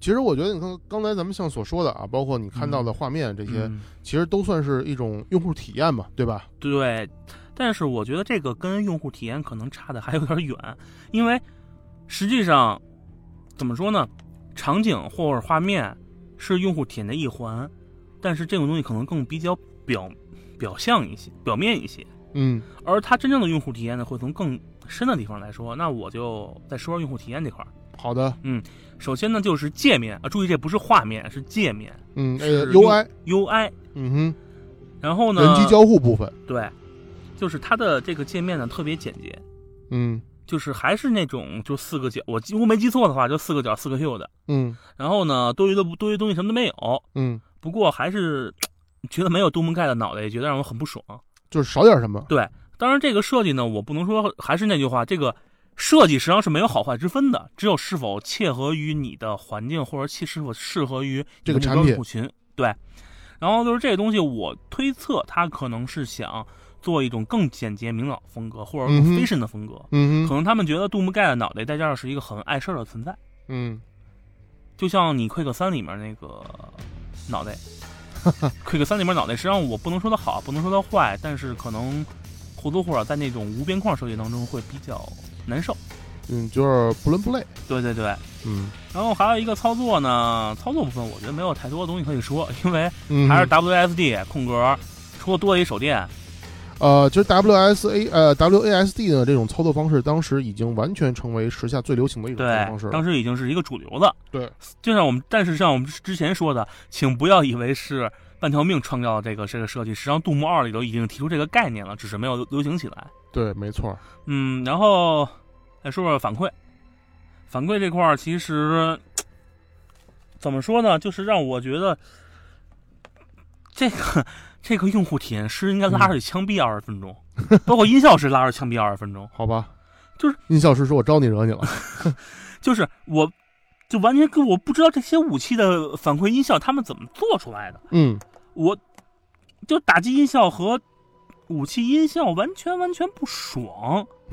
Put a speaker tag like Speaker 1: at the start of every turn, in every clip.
Speaker 1: 其实我觉得，你看刚才咱们像所说的啊，包括你看到的画面这些，
Speaker 2: 嗯
Speaker 1: 其实都算是一种用户体验嘛，对吧？
Speaker 2: 对，但是我觉得这个跟用户体验可能差的还有点远，因为实际上怎么说呢，场景或者画面是用户体验的一环，但是这种东西可能更比较表表象一些、表面一些，
Speaker 1: 嗯
Speaker 2: 而它真正的用户体验呢，会从更深的地方来说。那我就再说说用户体验这块儿。
Speaker 1: 好的，
Speaker 2: 首先呢，就是界面啊，注意这不是画面，是界面
Speaker 1: 嗯，那
Speaker 2: 是
Speaker 1: 个 UI，
Speaker 2: UI。
Speaker 1: 嗯
Speaker 2: 然后
Speaker 1: 哼，
Speaker 2: 呢，
Speaker 1: 人机交互部分，
Speaker 2: 对，就是它的这个界面呢特别简洁，
Speaker 1: 嗯
Speaker 2: 就是还是那种就四个角，我几乎没记错的话，就四个角四个 Q 的。
Speaker 1: 嗯
Speaker 2: 然后呢，多余的不多余东西什么都没有。
Speaker 1: 嗯，
Speaker 2: 不过还是觉得没有杜门盖的脑袋，也觉得让我很不爽。
Speaker 1: 就是少点什么，
Speaker 2: 当然，这个设计呢，我不能说，还是那句话，这个设计实际上是没有好坏之分的，只有是否切合于你的环境，或者切是否适合于
Speaker 1: 这个
Speaker 2: 你的
Speaker 1: 产
Speaker 2: 目标
Speaker 1: 品
Speaker 2: 户群。对，然后就是这个东西，我推测它可能是想做一种更简洁明了风格，或者
Speaker 1: 嗯
Speaker 2: 更
Speaker 1: 哼
Speaker 2: fashion 的风格。
Speaker 1: 嗯
Speaker 2: 可
Speaker 1: 哼，
Speaker 2: 能他们觉得杜牧盖的脑袋再加上是一个很碍事儿的存在，
Speaker 1: 嗯，
Speaker 2: 就像你《Quick 三》里面那个脑 袋，《Quick 三》里面脑袋，实际上我不能说它好，不能说它坏，但是可能或多或少在那种无边框设计当中会比较难受。
Speaker 1: 嗯，就是不伦不类，
Speaker 2: 对对对，
Speaker 1: 嗯
Speaker 2: 然后还有一个操作呢，操作部分我觉得没有太多东西可以说，因为
Speaker 1: 嗯，
Speaker 2: 还是 WSD 空格，除了多了一手电，
Speaker 1: 呃，其实 WSA 呃 WASD 呢这种操作方式，当时已经完全成为时下最流行的一种操作
Speaker 2: 对
Speaker 1: 方式，
Speaker 2: 当
Speaker 1: 了。
Speaker 2: 时已经是一个主流了。
Speaker 1: 对，
Speaker 2: 就像我们，但是像我们之前说的，请不要以为是半条命创造这个这个设计，实际上《杜牧二》里头已经提出这个概念了，只是没有流流行起来。
Speaker 1: 对，没错儿，
Speaker 2: 嗯，然后再说说反馈，反馈这块儿其实怎么说呢，就是让我觉得这个这个用户体验师应该
Speaker 1: 嗯
Speaker 2: 拉着枪毙二十分钟，包括音效师拉着枪毙二十分钟，
Speaker 1: 好吧，
Speaker 2: 就是
Speaker 1: 殷小师说我招你惹你了，
Speaker 2: 就是我。就完全跟我不知道这些武器的反馈音效他们怎么做出来的，
Speaker 1: 嗯，
Speaker 2: 我就打击音效和武器音效完全完全不爽，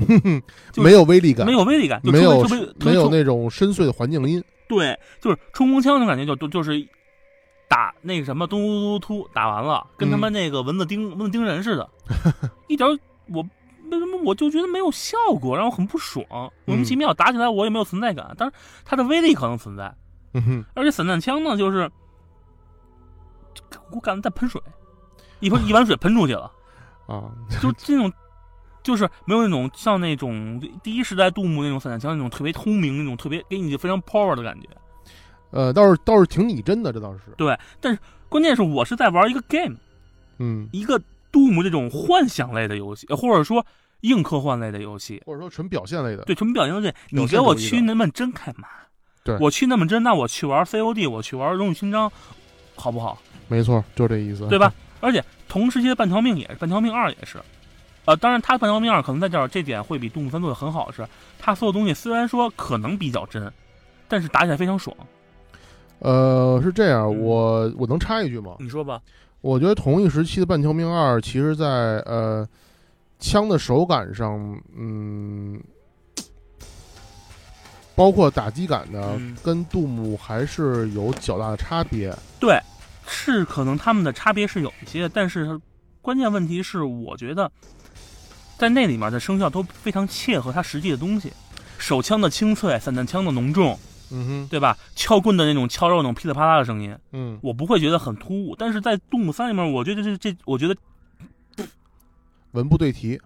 Speaker 2: 就是
Speaker 1: 没有威力感
Speaker 2: 没，有威力感，就
Speaker 1: 没有
Speaker 2: 特别特别
Speaker 1: 没有
Speaker 2: 特别
Speaker 1: 那种深邃的环境音，
Speaker 2: 对，就是冲锋枪那种感觉就，就就是打那个什么咚咚咚突打完了，跟他
Speaker 1: 嗯
Speaker 2: 妈那个蚊子叮、蚊子叮人 似的，一点儿我为什么我就觉得没有效果，让我很不爽，莫
Speaker 1: 嗯
Speaker 2: 名其妙打起来我也没有存在感，但是它的威力可能存在，
Speaker 1: 嗯哼，
Speaker 2: 而且散弹枪呢就是我感觉在喷水，一盆一碗水喷出去了。
Speaker 1: 啊，
Speaker 2: 就这种，就是没有那种像那种第一时代杜牧那种散弹枪那种特别通明那种特别给你非常 power 的感觉。
Speaker 1: 呃，倒是倒是挺拟真的，这倒是，
Speaker 2: 关键是我是在玩一个 game，
Speaker 1: 嗯，
Speaker 2: 一个杜牧这种幻想类的游戏，呃或者说硬科幻类的游戏。
Speaker 1: 或者说纯表现类的，
Speaker 2: 对，纯表现类，你
Speaker 1: 表
Speaker 2: 给
Speaker 1: 现
Speaker 2: 我
Speaker 1: 主义
Speaker 2: 去
Speaker 1: 的
Speaker 2: 那么真干嘛？
Speaker 1: 对
Speaker 2: 我去那么真，那我去玩 COD，我去玩荣誉勋章，好不好？
Speaker 1: 没错，就这意思，
Speaker 2: 对吧？？而且同时期的半条命也是，半条命二也是，呃，当然它半条命二可能在这儿这点会比动物三做的很好是，它所有东西虽然说可能比较真，但是打起来非常爽。
Speaker 1: 呃，是这样，
Speaker 2: 嗯
Speaker 1: 我我能插一句吗？
Speaker 2: 你说吧，
Speaker 1: 我觉得同一时期的《半条命二》，其实在呃枪的手感上，嗯，包括打击感呢，
Speaker 2: 嗯
Speaker 1: 跟杜牧还是有较大的差别。
Speaker 2: 对，是可能他们的差别是有一些，但是关键问题是，我觉得在那里面的声效都非常切合它实际的东西，手枪的清脆，散弹枪的浓重，
Speaker 1: 嗯哼，
Speaker 2: 对吧？撬棍的那种敲肉那种噼里啪啦的声音，
Speaker 1: 嗯，
Speaker 2: 我不会觉得很突兀，但是在《动物三》里面，我觉得这这，我觉得，
Speaker 1: 文不对题。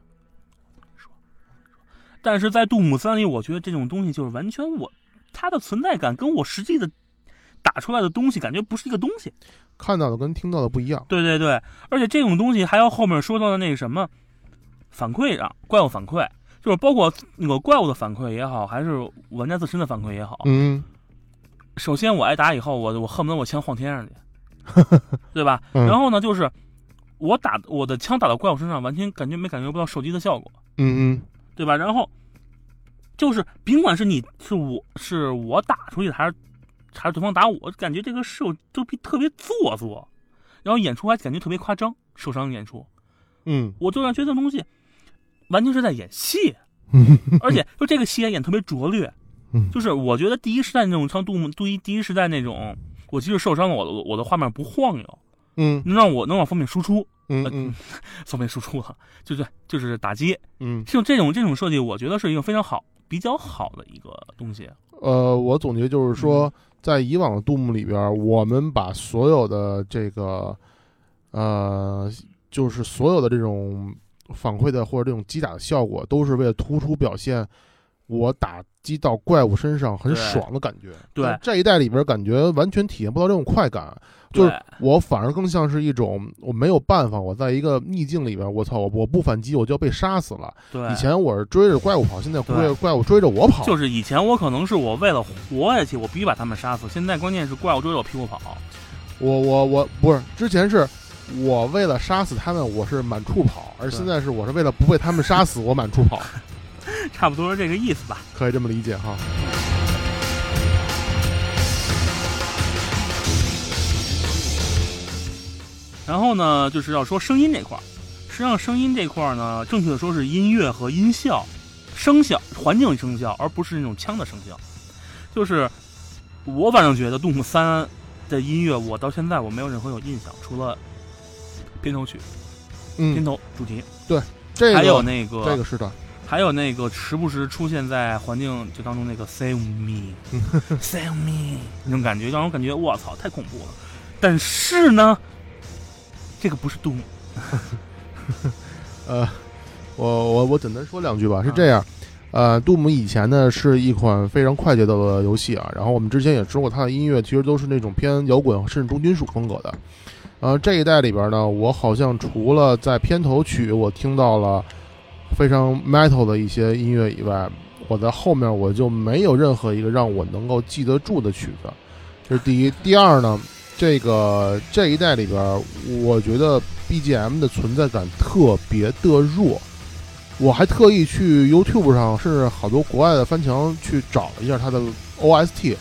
Speaker 2: 但是在《杜姆三》里，我觉得这种东西就是完全我它的存在感跟我实际的打出来的东西感觉不是一个东西。
Speaker 1: 看到的跟听到的不一样，
Speaker 2: 对对对，而且这种东西还有后面说到的那个什么反馈啊，怪物反馈，就是包括那个怪物的反馈也好，还是玩家自身的反馈也好。
Speaker 1: 嗯
Speaker 2: 首先我挨打以后，我我恨不得我枪晃天上去， 对吧？
Speaker 1: 嗯
Speaker 2: 然后呢，就是我打我的枪打到怪物身上，完全感觉没感觉不到射击的效果。
Speaker 1: 嗯嗯，
Speaker 2: 对吧？然后就是甭管是你是我是我打出去的，还是还是对方打我，感觉这个是有就比特别做作，然后演出还感觉特别夸张，受伤演出，
Speaker 1: 嗯
Speaker 2: 我就让觉得这东西完全是在演戏，
Speaker 1: 嗯
Speaker 2: 而且就这个戏还演特别拙劣，
Speaker 1: 嗯
Speaker 2: 就是我觉得第一时代那种像杜牧杜一第一时代那种，我即使受伤了，我的我的画面不晃悠，
Speaker 1: 嗯
Speaker 2: 能让我能往封面输出，
Speaker 1: 嗯
Speaker 2: 呃
Speaker 1: 嗯
Speaker 2: 封面输出了，就是就是打击，
Speaker 1: 嗯，
Speaker 2: 就这种这种设计，我觉得是一个非常好、比较好的一个东西。
Speaker 1: 呃，我总结就是说，
Speaker 2: 嗯
Speaker 1: 在以往的杜牧里边儿，我们把所有的这个呃，就是所有的这种反馈的或者这种击打的效果，都是为了突出表现我打击到怪物身上很
Speaker 2: 对
Speaker 1: 爽的感觉。
Speaker 2: 对
Speaker 1: 但这一代里边儿感觉完全体验不到这种快 感，就是
Speaker 2: 对
Speaker 1: 我反而更像是一种我没有办法，我在一个逆境里边，我操，我我不反击我就要被杀死了。
Speaker 2: 对，
Speaker 1: 以前我是追着怪物跑，现在
Speaker 2: 对
Speaker 1: 怪怪物追着我跑。
Speaker 2: 就是以前我可能是我为了活下去，我必须把他们杀死，现在关键是怪物追着我屁股跑。
Speaker 1: 我我我不是之前是。我为了杀死他们，我是满处跑，而
Speaker 2: 对
Speaker 1: 现在是我是为了不被他们杀死，我满 处跑，
Speaker 2: 差不多是这个意思吧。
Speaker 1: 可以这么理解哈。
Speaker 2: 然后呢，就是要说声音这块儿，实际上声音这块儿呢，正确的说是音乐和音效、声效、环境声效，而不是那种枪的声效。就是我反正觉得《杜牧三》的音乐，我到现在我没有任何有印象，除了片头曲、片
Speaker 1: 嗯，
Speaker 2: 头主题，
Speaker 1: 这个
Speaker 2: 还有那个
Speaker 1: 这个是的，
Speaker 2: 还有那个时不时出现在环境就当中 那个 “save me”，“save me” 那种感觉，让我感觉我操太恐怖了。但是呢，这个不是杜牧，
Speaker 1: 呃，我我我简单说两句吧，是这样，呃，杜姆以前呢是一款非常快节奏的游戏啊，然后我们之前也说过它的音乐其实都是那种偏摇滚甚至重金属风格的，呃，这一代里边呢，我好像除了在片头曲我听到了非常 metal 的一些音乐以外，我在后面我就没有任何一个让我能够记得住的曲子，这是第一，第二呢。这个这一代里边，我觉得 BGM 的存在感特别的弱。我还特意去 YouTube 上，甚至好多国外的翻墙去找了一下它的 OST，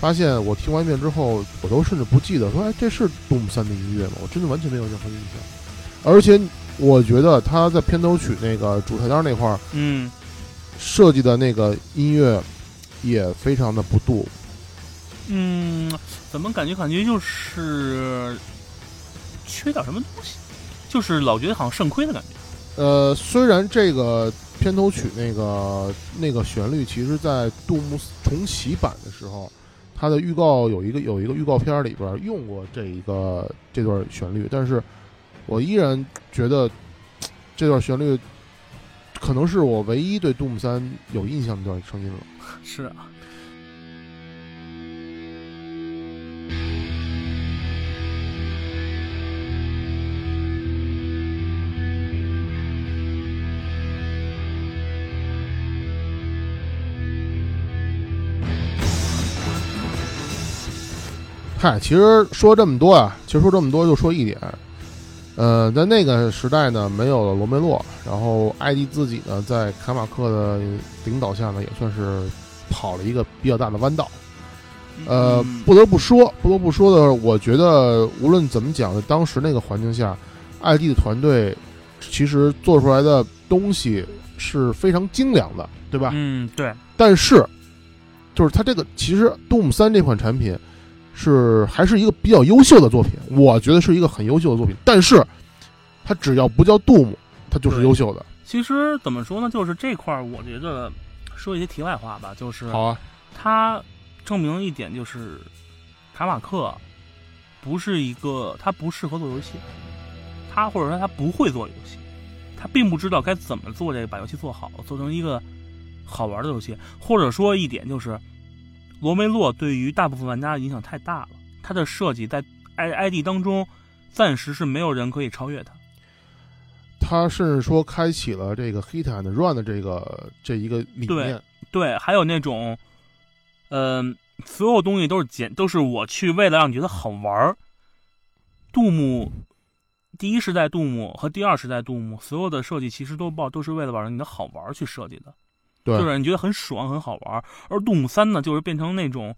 Speaker 1: 发现我听完一遍之后，我都甚至不记得说，哎，这是《Doom 三》的音乐吗？我真的完全没有任何印象。而且我觉得它在片头曲那个主菜单那块儿
Speaker 2: 嗯，
Speaker 1: 设计的那个音乐也非常的不杜，
Speaker 2: 嗯，怎么感觉感觉就是缺点什么东西，就是老觉得好像肾亏的感觉。
Speaker 1: 呃，虽然这个片头曲那个那个旋律，其实在杜牧重启版的时候，它的预告有一个有一个预告片里边用过这一个这段旋律，但是我依然觉得嘖这段旋律可能是我唯一对杜牧三有印象的一段声音了。
Speaker 2: 是啊，
Speaker 1: 嗨，其实说这么多啊，其实说这么多就说一点，呃，在那个时代呢，没有了罗梅洛，然后艾迪自己呢，在卡马克的领导下呢，也算是跑了一个比较大的弯道。呃
Speaker 2: 嗯，
Speaker 1: 不得不说，不得不说的，我觉得无论怎么讲，当时那个环境下，艾迪的团队其实做出来的东西是非常精良的，对吧？
Speaker 2: 嗯，对，
Speaker 1: 但是，就是它这个其实 Doom 三这款产品是还是一个比较优秀的作品，我觉得是一个很优秀的作品。但是，它只要不叫 Doom，它就是
Speaker 2: 对
Speaker 1: 优秀的。
Speaker 2: 其实怎么说呢，就是这块儿，我觉得说一些题外话吧，就是
Speaker 1: 好啊，
Speaker 2: 它证明了一点就是，卡马克不是一个他不适合做游戏，他或者说他不会做游戏，他并不知道该怎么做这个把游戏做好，做成一个好玩的游戏，或者说一点就是，罗梅洛对于大部分玩家的影响太大了，他的设计在 i ID 当中暂时是没有人可以超越他。
Speaker 1: 它甚至说开启了这个 Hit and Run 的这个这一个理
Speaker 2: 对
Speaker 1: 念。
Speaker 2: 对，还有那种，嗯、所有东西都是简，都是我去为了让你觉得好玩儿。杜牧，第一时代杜牧和第二时代杜牧，所有的设计其实都报都是为了把你的好玩儿去设计的，
Speaker 1: 对，
Speaker 2: 就是你觉得很爽很好玩儿。而杜牧三呢，就是变成那种，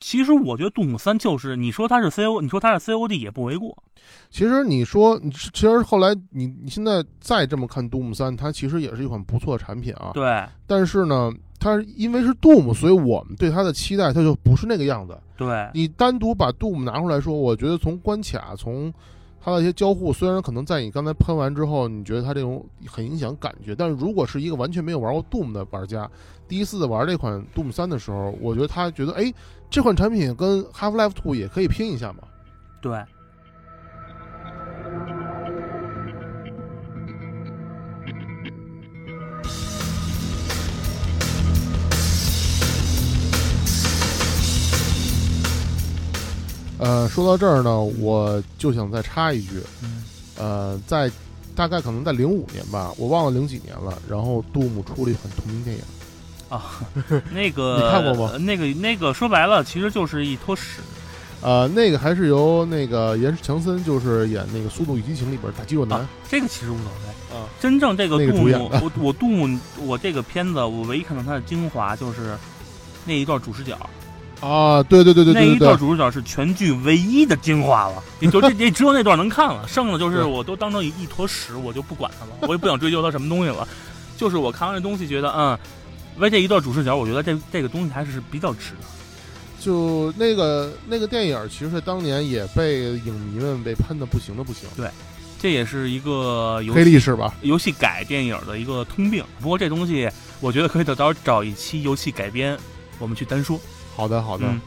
Speaker 2: 其实我觉得杜牧三就是你说它是 C O，你说它是 C O D 也不为过。
Speaker 1: 其实你说，你其实后来你你现在再这么看 Doom 三，它其实也是一款不错的产品啊。
Speaker 2: 对，
Speaker 1: 但是呢，它它因为是 Doom，所以我们对它的期待它就不是那个样子。
Speaker 2: 对，
Speaker 1: 你单独把 Doom 拿出来说，我觉得从关卡从它的一些交互，虽然可能在你刚才喷完之后，你觉得它这种很影响感觉，但是如果是一个完全没有玩过 Doom 的玩家，第一次玩这款 Doom 三的时候，我觉得他觉得，哎，这款产品跟 Half Life Two 也可以拼一下嘛。
Speaker 2: 对，
Speaker 1: 呃，说到这儿呢，我就想再插一句，
Speaker 2: 嗯，
Speaker 1: 呃，在大概可能在零五年吧，我忘了零几年了，然后杜姆出了一款同名电影，
Speaker 2: 那个
Speaker 1: 你看过吗
Speaker 2: 呃那个那个说白了，其实就是一坨屎。
Speaker 1: 呃，那个还是由那个岩石强森，就是演那个《速度与激情》里边大肌肉男，
Speaker 2: 啊这个其实无所谓。
Speaker 1: 啊
Speaker 2: 真正这个
Speaker 1: 那个
Speaker 2: 杜
Speaker 1: 主
Speaker 2: 牧，
Speaker 1: 演的
Speaker 2: 我我杜牧，我这个片子我唯一看到它的精华就是那一段主视角，
Speaker 1: 啊，对对对对
Speaker 2: 那
Speaker 1: 对
Speaker 2: 一
Speaker 1: 对
Speaker 2: 段
Speaker 1: 对，
Speaker 2: 主视角是全剧唯一的精华了，也 就这也只有那段能看了，剩的就是
Speaker 1: 对
Speaker 2: 我都当成一一坨屎，我就不管它了，我也不想追究它什么东西了。就是我看完这东西，觉得嗯，为这一段主视角，我觉得这这个东西还是比较值的。
Speaker 1: 就那个那个电影，其实在当年也被影迷们被喷的不行的不行，
Speaker 2: 这也是一个游
Speaker 1: 黑
Speaker 2: 戏
Speaker 1: 历史吧。
Speaker 2: 游戏改电影的一个通病。不过这东西，我觉得可以到时候找一期游戏改编，我们去单说。
Speaker 1: 好的好的，
Speaker 2: 嗯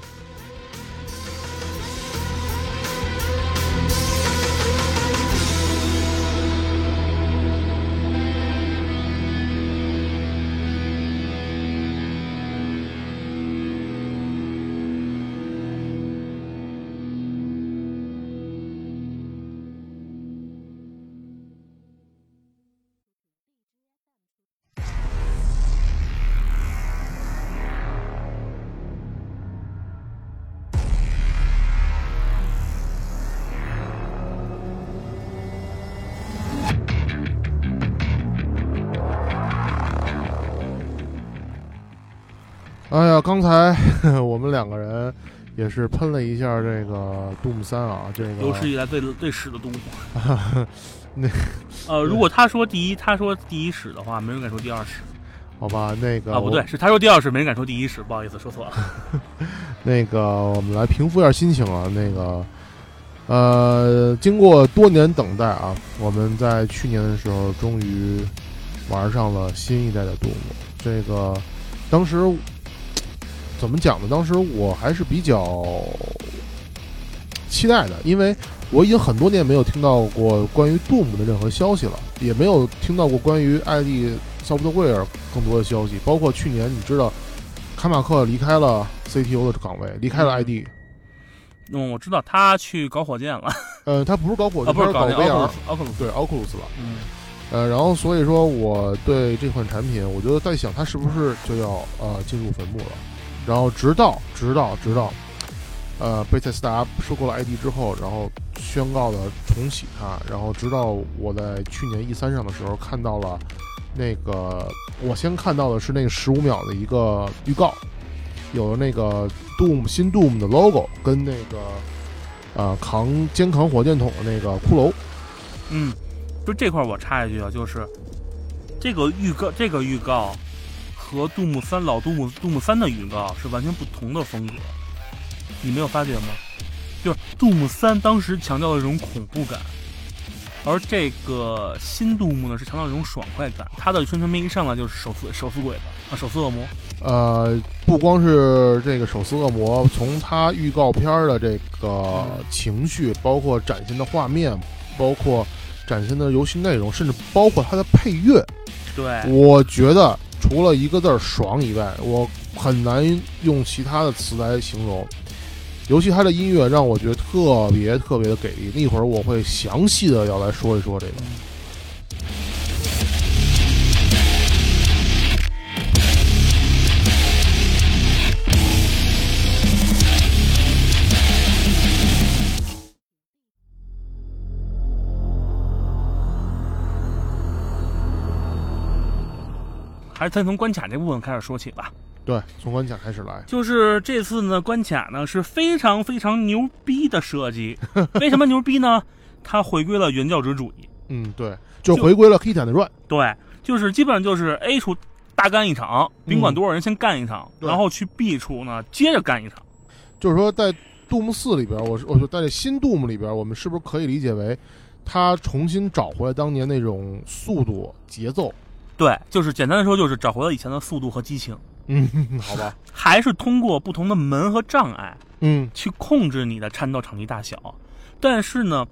Speaker 1: 哎呀，刚才 我们两个人也是喷了一下这个《杜姆三》啊，这个
Speaker 2: 有史以来最最屎的动物。
Speaker 1: 那
Speaker 2: 呃，如果他说第一，他说第一屎的话，没人敢说第二屎
Speaker 1: 好吧，那个
Speaker 2: 啊，不对，，是他说第二屎，没人敢说第一屎，不好意思，说错了。
Speaker 1: 那个我们来平复一下心情啊，那个。呃，经过多年等待啊，我们在去年的时候终于玩上了新一代的杜牧。这个当时怎么讲呢？当时我还是比较期待的，因为我已经很多年没有听到过关于杜牧的任何消息了，也没有听到过关于艾丽·布特威尔更多的消息。包括去年，你知道卡马克离开了 CTO 的岗位，离开了 ID。
Speaker 2: 嗯，我知道他去搞火箭了，
Speaker 1: 呃，他不是搞火 箭，
Speaker 2: 啊，不
Speaker 1: 他
Speaker 2: 是
Speaker 1: 搞
Speaker 2: 搞那奥克
Speaker 1: VR，
Speaker 2: 鲁斯，奥克鲁斯，
Speaker 1: 对奥库鲁斯了。
Speaker 2: 嗯，
Speaker 1: 呃，然后所以说我对这款产品，我就在想它是不是就要呃进入坟墓了。然后直到直到直到，呃，贝塞斯达收购了 ID 之后，然后宣告了重启它。然后直到我在去年 E 3上的时候看到了那个，我先看到的是那个十五秒的一个预告，有那个 Doom 新 Doom 的 logo 跟那个呃扛肩扛火箭筒的那个骷髅。
Speaker 2: 嗯，就这块儿我插一句啊，就是这个预告，这个预告和杜牧三老杜牧杜牧三的预告是完全不同的风格，你没有发觉吗？就是杜牧三当时强调的这种恐怖感，而这个新杜牧呢是强调这种爽快感。它的宣传片一上来就是手撕手撕鬼子啊，手撕恶魔，
Speaker 1: 呃，不光是这个手撕恶魔，从他预告片儿的这个
Speaker 2: 嗯
Speaker 1: 情绪，包括展现的画面，包括展现的游戏内容，甚至包括它的配乐，
Speaker 2: 对，
Speaker 1: 我觉得除了一个字儿“爽”以外，我很难用其他的词来形容。尤其它的音乐让我觉得特别特别的给力，一会儿我会详细的要来说一说这个。
Speaker 2: 还是先从关卡这部分开始说起吧。
Speaker 1: 对，从关卡开始来，
Speaker 2: 就是这次呢，关卡呢是非常非常牛逼的 设计。为什么牛逼呢？它回归了原教旨主义。
Speaker 1: 嗯，对，就回归了 Kitan 的 Run，
Speaker 2: 对，就是基本上就是 A 处大干一场，甭管多少人先干一场，
Speaker 1: 嗯对
Speaker 2: 然后去 B 处呢接着干一场。
Speaker 1: 就是说在杜牧四里边，我是我就在这新杜牧里边，我们是不是可以理解为他重新找回了当年那种速度节奏？
Speaker 2: 对，就是简单的说，就是找回了以前的速度和激情，
Speaker 1: 嗯，好吧，
Speaker 2: 还是通过不同的门和障碍
Speaker 1: 嗯
Speaker 2: 去控制你的战斗场地大小。但是呢，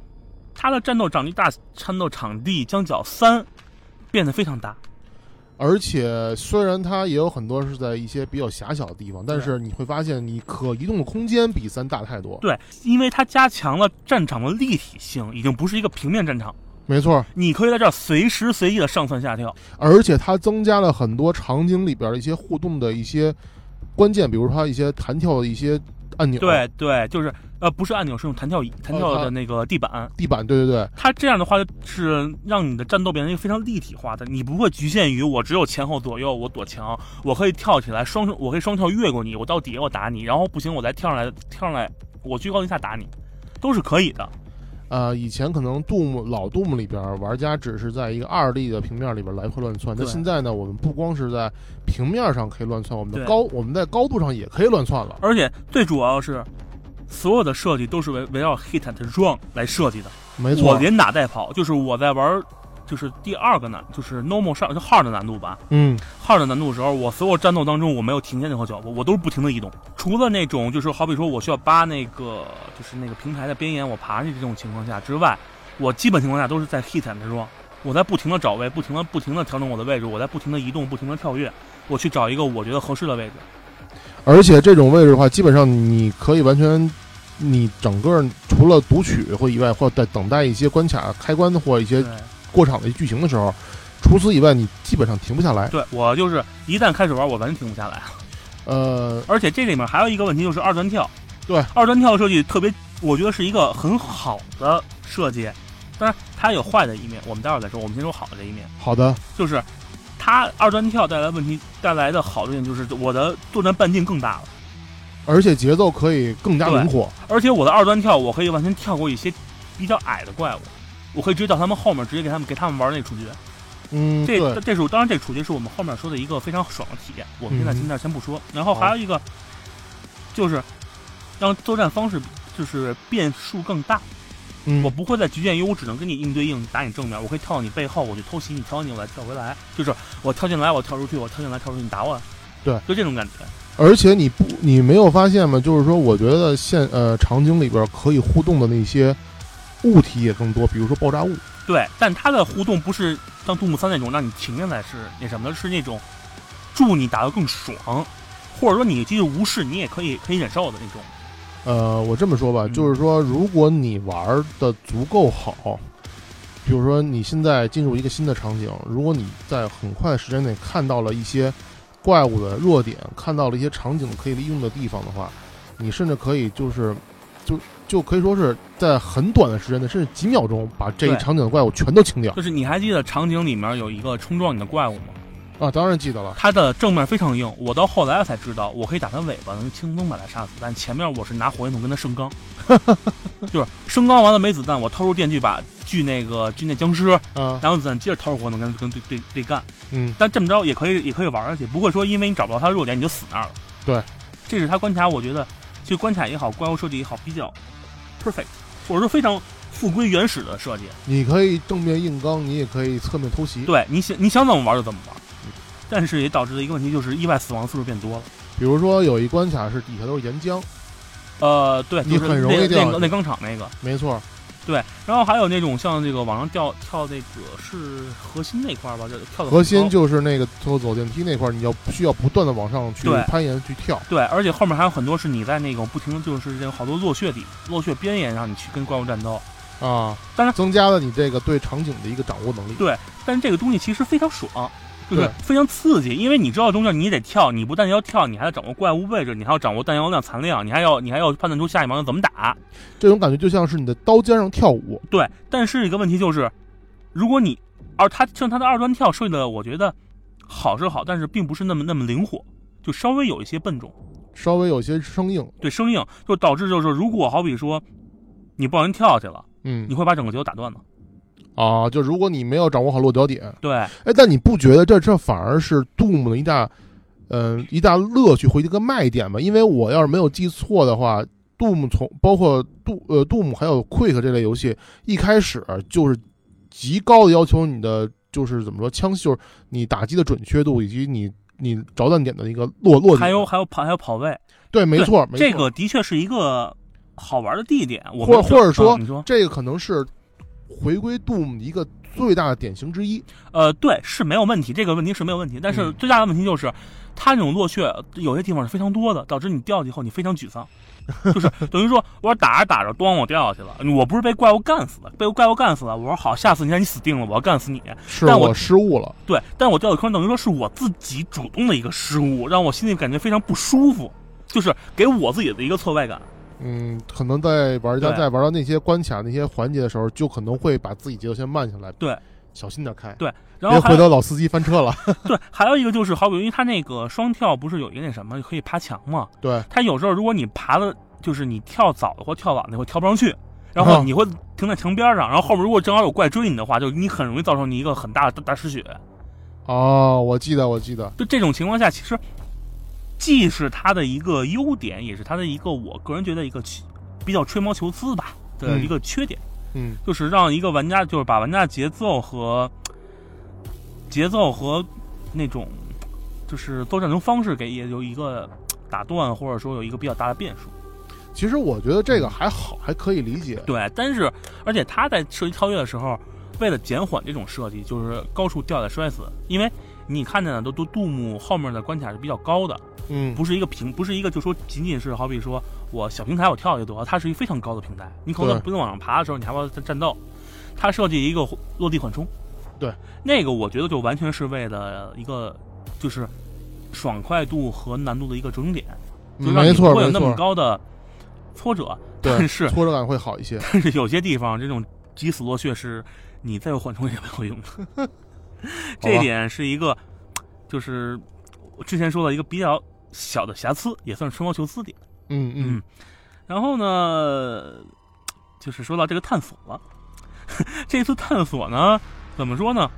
Speaker 2: 它的战斗场地大战斗场地将角三变得非常大，
Speaker 1: 而且虽然它也有很多是在一些比较狭小的地方，但是你会发现你可移动的空间比三大太多。
Speaker 2: 对，因为它加强了战场的立体性，已经不是一个平面战场，
Speaker 1: 没错，
Speaker 2: 你可以在这儿随时随意的上蹿下跳。
Speaker 1: 而且它增加了很多场景里边的一些互动的一些关键，比如说它一些弹跳的一些按钮，
Speaker 2: 对对，就是呃，不是按钮，是用弹跳椅、弹跳
Speaker 1: 它
Speaker 2: 的那个地板。
Speaker 1: 地板，对对对，
Speaker 2: 它这样的话是让你的战斗变成一个非常立体化的，你不会局限于我只有前后左右，我躲墙，我可以跳起来双手，我可以双跳越过你，我到底下我打你，然后不行我再跳上来跳上来，我居高临下打你，都是可以的。
Speaker 1: 呃，以前可能 Doom 老 Doom 里边儿玩家只是在一个二 D 的平面里边来回乱窜，那
Speaker 2: 对
Speaker 1: 现在呢，我们不光是在平面上可以乱窜，我们的
Speaker 2: 对
Speaker 1: 高我们在高度上也可以乱窜了。
Speaker 2: 而且最主要是，所有的设计都是围围绕 hit and run 来设计的。
Speaker 1: 没
Speaker 2: 我
Speaker 1: 错，
Speaker 2: 连打带跑，就是我在玩，就是第二个难，就是 normal 上就 hard 的难度吧。
Speaker 1: 嗯，
Speaker 2: hard 的难度的时候，我所有战斗当中我没有停下任何脚步，我都是不停的移动，除了那种就是好比说我需要扒那个就是那个平台的边沿我爬上去这种情况下之外，我基本情况下都是在 hit and run，我在不停的找位，不停的不停的调整我的位置，我在不停的移动，不停的跳跃，我去找一个我觉得合适的位置。
Speaker 1: 而且这种位置的话，基本上你可以完全，你整个除了读取或以外，或在等待一些关卡开关或一些
Speaker 2: 对，
Speaker 1: 过场的剧情的时候，除此以外，你基本上停不下来。
Speaker 2: 对我就是一旦开始玩，我完全停不下来。
Speaker 1: 呃，
Speaker 2: 而且这里面还有一个问题就是二段跳，
Speaker 1: 对，
Speaker 2: 二段跳设计特别，我觉得是一个很好的设计，当然它有坏的一面，我们待会儿再说，我们先说好的这一面，
Speaker 1: 好的，
Speaker 2: 就是它二段跳带来问题带来的好处就是我的作战半径更大了，
Speaker 1: 而且节奏可以更加
Speaker 2: 对
Speaker 1: 灵活。
Speaker 2: 而且我的二段跳我可以完全跳过一些比较矮的怪物。我可以直接到他们后面，直接给他们给他们玩那处决。
Speaker 1: 嗯，对，
Speaker 2: 这这是当然，这处决是我们后面说的一个非常爽的体验。我们现在
Speaker 1: 嗯
Speaker 2: 今天先不说。然后还有一个，就是让作战方式就是变数更大。
Speaker 1: 嗯，
Speaker 2: 我不会再局限于我只能跟你硬对硬打你正面，我可以跳到你背后，我去偷袭你，挑你，我再跳回来，就是我跳进来，我跳出去，我跳进来，跳出去，你打我，
Speaker 1: 对，
Speaker 2: 就这种感觉。
Speaker 1: 而且你不，你没有发现吗？就是说，我觉得现呃场景里边可以互动的那些物体也更多，比如说爆炸物。
Speaker 2: 对，但它的互动不是像杜牧三那种让你停下来是那什么的，是那种助你打得更爽，或者说你即使无视你也可以可以忍受的那种。
Speaker 1: 呃，我这么说吧，
Speaker 2: 嗯
Speaker 1: 就是说，如果你玩的足够好，比如说你现在进入一个新的场景，如果你在很快的时间内看到了一些怪物的弱点，看到了一些场景可以利用的地方的话，你甚至可以就是就就可以说是在很短的时间内，甚至几秒钟把这一
Speaker 2: 对
Speaker 1: 场景的怪物全都清掉
Speaker 2: 就是你还记得场景里面有一个冲撞你的怪物吗？
Speaker 1: 啊！当然记得了。
Speaker 2: 它的正面非常硬，我到后来才知道，我可以打它尾巴，能轻松把它杀死。但前面我是拿火焰筒跟它升钢，就是升钢完了没子弹，我掏出电锯把锯那个锯那僵尸，
Speaker 1: 啊，
Speaker 2: 然后子弹接着掏出火焰筒跟跟对对对干。
Speaker 1: 嗯，
Speaker 2: 但这么着也可以也可以玩下去，不会说因为你找不到它的弱点你就死那儿了。
Speaker 1: 对，
Speaker 2: 这是他关卡，我觉得就关卡也好，怪物设计也好，比较 perfect，或者说非常复归原始的设计。
Speaker 1: 你可以正面硬刚，你也可以侧面偷袭。
Speaker 2: 对，你想你想怎么玩就怎么玩，但是也导致了一个问题，就是意外死亡次数变多了。
Speaker 1: 比如说有一关卡是底下都是岩浆，
Speaker 2: 呃，对，
Speaker 1: 你
Speaker 2: 就是
Speaker 1: 很容易
Speaker 2: 那
Speaker 1: 掉
Speaker 2: 那
Speaker 1: 下
Speaker 2: 个
Speaker 1: 去
Speaker 2: 那钢厂那个，
Speaker 1: 没错，
Speaker 2: 对。然后还有那种像这个往上跳跳那个是核心那块儿吧，就跳的
Speaker 1: 核心就是那个最后走电梯那块儿，你要需要不断的往上去
Speaker 2: 对
Speaker 1: 攀岩去跳。
Speaker 2: 对，而且后面还有很多是你在那种不停的就是这种好多落穴底、落穴边沿让你去跟怪物战斗。
Speaker 1: 啊，
Speaker 2: 当然
Speaker 1: 增加了你这个对场景的一个掌握能力。
Speaker 2: 对但是这个东西其实非常爽，就是
Speaker 1: 对
Speaker 2: 非常刺激，因为你知道中间你得跳，你不但要跳，你还要掌握怪物位置，你还要掌握弹药量、残量，你还要你还要判断出下一盲怎么打。
Speaker 1: 这种感觉就像是你的刀尖上跳舞。
Speaker 2: 对，但是一个问题就是，如果你而它像它的二段跳设计的，我觉得好是好，但是并不是那么那么灵活，就稍微有一些笨重，
Speaker 1: 稍微有些生硬，
Speaker 2: 对生硬，就导致就是如果好比说你不小心跳下去了，
Speaker 1: 嗯
Speaker 2: 你会把整个球打断的。
Speaker 1: 啊，就如果你没有掌握好落脚点，
Speaker 2: 对，
Speaker 1: 哎，但你不觉得这这反而是 Doom 的一大，嗯、一大乐趣和一个卖点吗？因为我要是没有记错的话，Doom 从包括杜呃 Doom 还有 Quick 这类游戏，一开始就是极高的要求你的，就是怎么说枪就是你打击的准确度以及你你着弹点的一个落落点
Speaker 2: 还有还有跑还有跑位，
Speaker 1: 对，没
Speaker 2: 对
Speaker 1: 错，没错
Speaker 2: 这个的确是一个好玩的地点。我
Speaker 1: 或
Speaker 2: 们
Speaker 1: 或者说
Speaker 2: 嗯你说，
Speaker 1: 这个可能是回归 Doom 的一个最大的典型之一。
Speaker 2: 呃，对，是没有问题，这个问题是没有问题。但是
Speaker 1: 嗯
Speaker 2: 最大的问题就是，它那种落穴有些地方是非常多的，导致你掉下去以后你非常沮丧， 就是等于说，我打着打着，咣，我掉下去了。我不是被怪物干死的，被怪物干死了。我说好，下次你让你死定了，我要干死你。
Speaker 1: 是
Speaker 2: 但
Speaker 1: 我
Speaker 2: 我
Speaker 1: 失误了，
Speaker 2: 对，但我掉到坑，等于说是我自己主动的一个失误，让我心里感觉非常不舒服，就是给我自己的一个挫败感。
Speaker 1: 嗯，可能在玩家
Speaker 2: 对
Speaker 1: 在玩到那些关卡、那些环节的时候，就可能会把自己节奏先慢下来，
Speaker 2: 对，
Speaker 1: 小心点开，
Speaker 2: 对然
Speaker 1: 别
Speaker 2: 后还
Speaker 1: 回头老司机翻车了。
Speaker 2: 对，还有一个就是，好比因为它那个双跳不是有一个那什么可以爬墙嘛？
Speaker 1: 对，
Speaker 2: 它有时候如果你爬的，就是你跳早了或跳晚了，你会跳不上去，然后
Speaker 1: 嗯
Speaker 2: 你会停在墙边上，然后后面如果正好有怪追你的话，就你很容易造成你一个很大的大失血。
Speaker 1: 哦，我记得，我记得，
Speaker 2: 就这种情况下，其实既是它的一个优点，也是它的一个我个人觉得一个其比较吹毛求疵吧的
Speaker 1: 嗯
Speaker 2: 一个缺点，
Speaker 1: 嗯，
Speaker 2: 就是让一个玩家就是把玩家的节奏和呃节奏和那种就是作战中方式给也有一个打断，或者说有一个比较大的变数。
Speaker 1: 其实我觉得这个还好，还可以理解。
Speaker 2: 对，但是而且他在设计跳跃的时候，为了减缓这种设计，就是高处掉下摔死，因为你看见的都都杜牧后面的关卡是比较高的，
Speaker 1: 嗯，
Speaker 2: 不是一个平，不是一个就说仅仅是好比说我小平台我跳下去多好，它是一个非常高的平台，你可能
Speaker 1: 对
Speaker 2: 不能往上爬的时候，你还要再战斗。它设计一个落地缓冲，
Speaker 1: 对，
Speaker 2: 那个我觉得就完全是为了一个就是爽快度和难度的一个折中点，就让
Speaker 1: 没
Speaker 2: 你
Speaker 1: 错，
Speaker 2: 不会有
Speaker 1: 没
Speaker 2: 那么
Speaker 1: 错，
Speaker 2: 高的挫折。
Speaker 1: 对
Speaker 2: 但 是
Speaker 1: 挫折感会好一些。
Speaker 2: 但是有些地方这种急死落血是你再有缓冲也没有用的，这一点是一个，就是我之前说的一个比较小的瑕疵，也算是吹毛求疵点。
Speaker 1: 嗯嗯
Speaker 2: 嗯，然后呢，就是说到这个探索了， 这次探索呢，怎么说呢？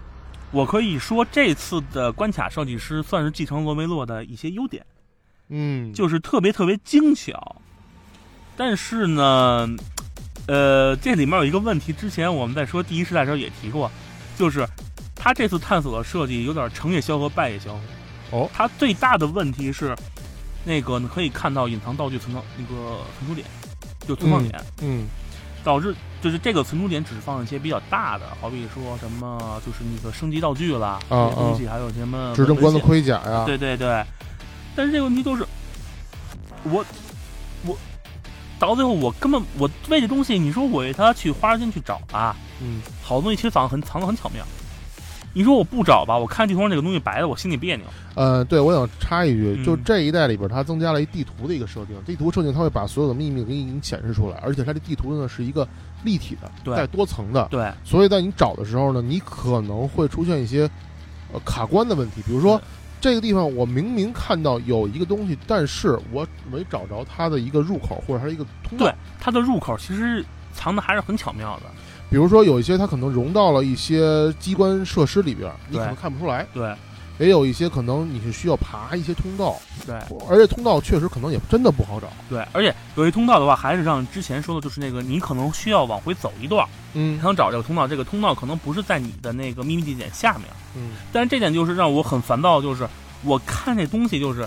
Speaker 2: 我可以说这次的关卡设计师算是继承罗梅洛的一些优点。
Speaker 1: 嗯，
Speaker 2: 就是特别特别精巧。但是呢，呃，这里面有一个问题，之前我们在说第一时代的时候也提过，就是它这次探索的设计有点成也萧何，败也萧何。
Speaker 1: 哦，
Speaker 2: 它最大的问题是，那个你可以看到隐藏道具存到那个存储点，就存放点，
Speaker 1: 嗯
Speaker 2: 导致就是这个存储点只放一些比较大的，好比说什么就是那个升级道具啦，这些东西，还有什么
Speaker 1: 啊执政官的
Speaker 2: 文献
Speaker 1: 盔甲呀，
Speaker 2: 对对对，但是这个问题就是，我我到最后我根本我为这东西，你说我为它去花时间去找吧，
Speaker 1: 嗯，
Speaker 2: 好多东西其实藏得很藏的很巧妙。你说我不找吧，我看地图上这个东西白的，我心里别扭。
Speaker 1: 呃，对，我想插一句，
Speaker 2: 嗯
Speaker 1: 就这一代里边，它增加了一地图的一个设定。地图设定它会把所有的秘密给你显示出来，而且它这地图呢是一个立体的，
Speaker 2: 对
Speaker 1: 带多层的，
Speaker 2: 对，
Speaker 1: 所以在你找的时候呢，你可能会出现一些呃卡关的问题，比如说
Speaker 2: 对
Speaker 1: 这个地方我明明看到有一个东西，但是我没找着它的一个入口或者它的一个通道
Speaker 2: 对。它的入口其实藏的还是很巧妙的。
Speaker 1: 比如说有一些它可能融到了一些机关设施里边，你可能
Speaker 2: 对
Speaker 1: 看不出来；
Speaker 2: 对
Speaker 1: 也有一些可能你是需要爬一些通道，
Speaker 2: 对
Speaker 1: 而且通道确实可能也真的不好找。
Speaker 2: 对，而且有一通道的话，还是让之前说的，就是那个你可能需要往回走一段，
Speaker 1: 嗯
Speaker 2: 你想找这个通道，这个通道可能不是在你的那个秘密地点下面。
Speaker 1: 嗯
Speaker 2: 但是这点就是让我很烦躁，就是我看这东西就是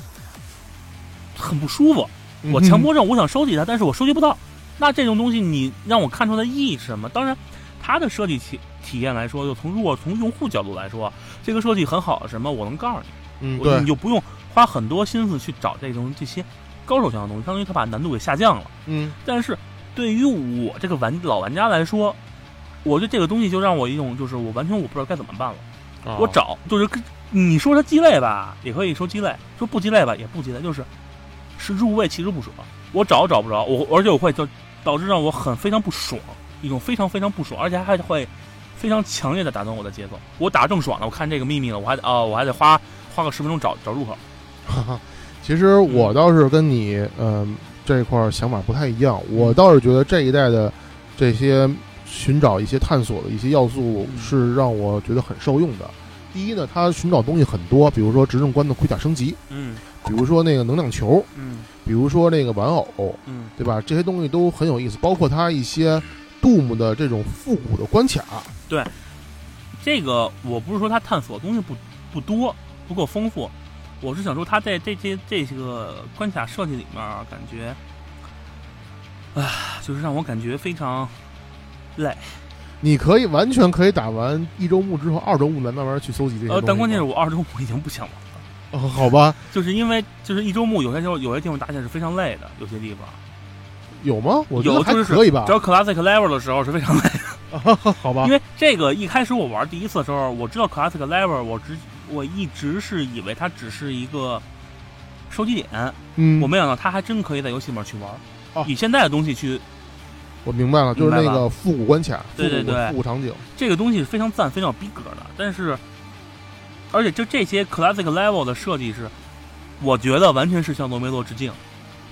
Speaker 2: 很不舒服。我强迫症，我想收集它，但是我收集不到。那这种东西，你让我看出它的意义是什么？当然，它的设计体体验来说，就从如果从用户角度来说，这个设计很好。什么？我能告诉你，
Speaker 1: 嗯，
Speaker 2: 我
Speaker 1: 对
Speaker 2: 你，就不用花很多心思去找这种这些高手型的东西，相当于它把难度给下降了。
Speaker 1: 嗯
Speaker 2: 但是对于我这个玩老玩家来说，我觉得这个东西就让我一种就是我完全我不知道该怎么办了。
Speaker 1: 啊
Speaker 2: 我找就是跟你说它鸡肋吧，也可以说鸡肋；说不鸡肋吧，也不鸡肋，就是是入味，其之不舍。我找找不着，我而且我会就导致让我很非常不爽，一种非常非常不爽，而且还会非常强烈的打断我的节奏。我打得正爽呢，我看这个秘密了，我还得哦，我还得花花个十分钟找找入口。
Speaker 1: 哈哈，其实我倒是跟你
Speaker 2: 嗯
Speaker 1: 嗯、这块儿想法不太一样，我倒是觉得这一代的这些寻找一些探索的一些要素
Speaker 2: 嗯
Speaker 1: 是让我觉得很受用的。第一呢，它寻找东西很多，比如说执政官的盔甲升级，
Speaker 2: 嗯
Speaker 1: 比如说那个能量球，
Speaker 2: 嗯
Speaker 1: 比如说那个玩偶，
Speaker 2: 嗯
Speaker 1: 对吧？这些东西都很有意思，包括它一些 Doom 的这种复古的关卡，
Speaker 2: 这个我不是说他探索的东西不不多，不够丰富，我是想说他在这这这些个关卡设计里面儿，感觉，啊，就是让我感觉非常累。
Speaker 1: 你可以完全可以打完一周目之后，二周目来慢慢去搜集这些东
Speaker 2: 呃
Speaker 1: 西，嘛。
Speaker 2: 但关键是我二周目已经不想玩了，
Speaker 1: 哦好吧，
Speaker 2: 就是因为就是一周目有些时候有些地方打起来是非常累的，有些地方
Speaker 1: 有吗？我觉得
Speaker 2: 有
Speaker 1: 还
Speaker 2: 就是
Speaker 1: 可以吧哦
Speaker 2: 只。要 classic level 的时候是非常累的。
Speaker 1: 好吧
Speaker 2: 因，为这个一开始我玩第一次的时候，我知道 Classic Level，我直我一直是以为它只是一个收集点，
Speaker 1: 嗯，
Speaker 2: 我没想到它还真可以在游戏里面去玩，
Speaker 1: 哦
Speaker 2: 以现在的东西去，
Speaker 1: 我明白了，就是那
Speaker 2: 明白
Speaker 1: 个复古关卡，复
Speaker 2: 对
Speaker 1: 古
Speaker 2: 对对
Speaker 1: 复古场景。
Speaker 2: 这个东西是非常赞、非常有逼格的。但是，而且就这些 Classic Level 的设计是，我觉得完全是向罗梅洛致敬。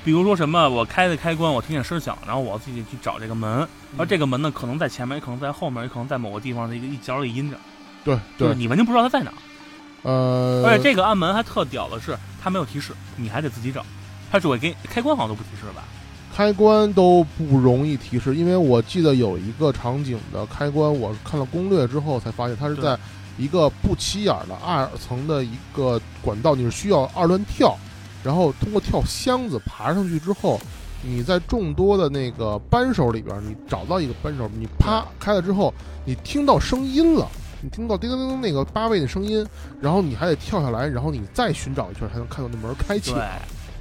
Speaker 2: 比如说什么，我开的开关，我听见声响，然后我自己去找这个门，而这个门呢，可能在前面，也可能在后面，也可能在某个地方的一个一角里阴着，
Speaker 1: 对
Speaker 2: 就是
Speaker 1: 对，
Speaker 2: 你完全不知道它在哪儿。
Speaker 1: 呃，
Speaker 2: 而且这个暗门还特屌的是，它没有提示，你还得自己找。它只会给你开关，好像都不提示吧？
Speaker 1: 开关都不容易提示，因为我记得有一个场景的开关，我看了攻略之后才发现，它是
Speaker 2: 对
Speaker 1: 在一个不起眼儿的二层的一个管道，你是需要二段跳，然后通过跳箱子爬上去之后，你在众多的那个扳手里边儿，你找到一个扳手，你啪开了之后，你听到声音了。你听到叮叮叮叮那个八位的声音，然后你还得跳下来，然后你再寻找一圈，才能看到那门儿 开启
Speaker 2: 对。，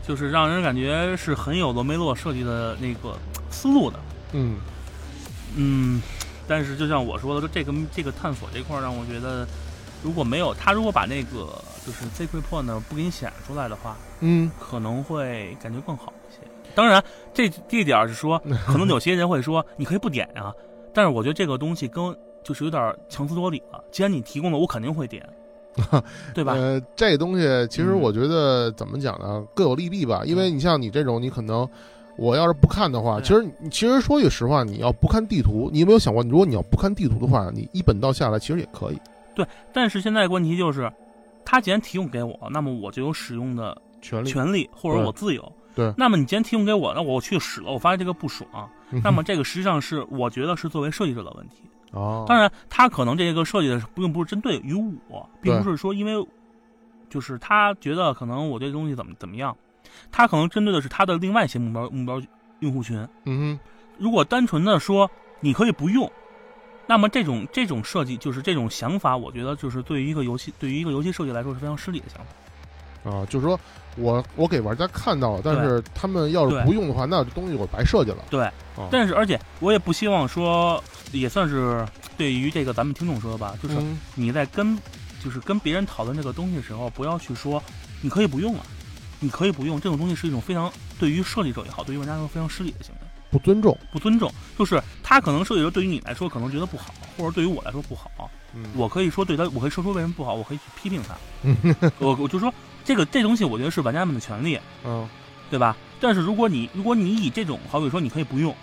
Speaker 2: 就是让人感觉是很有罗梅洛设计的那个思路的。
Speaker 1: 嗯，
Speaker 2: 嗯，但是就像我说的，这个这个探索这块儿让我觉得，如果没有他，如果把那个就是 secret point 呢不给你显出来的话，
Speaker 1: 嗯，
Speaker 2: 可能会感觉更好一些。当然，这这点儿是说，可能有些人会说你可以不点啊， 但是我觉得这个东西跟就是有点儿强词夺理了。既然你提供了，我肯定会点，对吧？
Speaker 1: 呃，这东西其实
Speaker 2: 嗯
Speaker 1: 我觉得怎么讲呢，各有利弊吧。因为你像你这种，你可能我要是不看的话，
Speaker 2: 对
Speaker 1: 其实你其实说句实话，你要不看地图，你有没有想过，如果你要不看地图的话，你一本道下来其实也可以。
Speaker 2: 但是现在问题就是，他既然提供给我，那么我就有使用的
Speaker 1: 权利，
Speaker 2: 权利或者
Speaker 1: 对
Speaker 2: 我自由。
Speaker 1: 对
Speaker 2: 那么你既然提供给我，那我去使了，我发现这个不爽，啊
Speaker 1: 嗯
Speaker 2: 那么这个实际上是我觉得是作为设计者的问题。
Speaker 1: 哦，
Speaker 2: 当然，他可能这个设计的是并不是针对于我，并
Speaker 1: 对
Speaker 2: 不是说因为就是他觉得可能我这东西怎么怎么样，他可能针对的是他的另外一些目标目标用户群。
Speaker 1: 嗯
Speaker 2: 如果单纯的说你可以不用，那么这种这种设计就是这种想法，我觉得就是对于一个游戏对于一个游戏设计来说是非常失礼的想法。
Speaker 1: 哼啊，就是说我我给玩家看到了，但
Speaker 2: 对
Speaker 1: 是他们要是
Speaker 2: 对
Speaker 1: 不用的话，那这东西我白设计了。
Speaker 2: 对，
Speaker 1: 哦
Speaker 2: 但是而且我也不希望说，也算是对于这个咱们听众说吧，就是
Speaker 1: 嗯
Speaker 2: 你在跟就是跟别人讨论这个东西的时候，不要去说你可以不用啊，你可以不用这种东西是一种非常对于设计者也好，对于玩家来说非常失礼的行为，
Speaker 1: 不尊重，
Speaker 2: 不尊重。就是他可能设计者对于你来说可能觉得不好，或者对于我来说不好，
Speaker 1: 嗯
Speaker 2: 我可以说对他，我可以说出为什么不好，我可以去批评他。我我就说这个这东西我觉得是玩家们的权利，
Speaker 1: 嗯
Speaker 2: 对吧？但是如果你如果你以这种好比说你可以不用，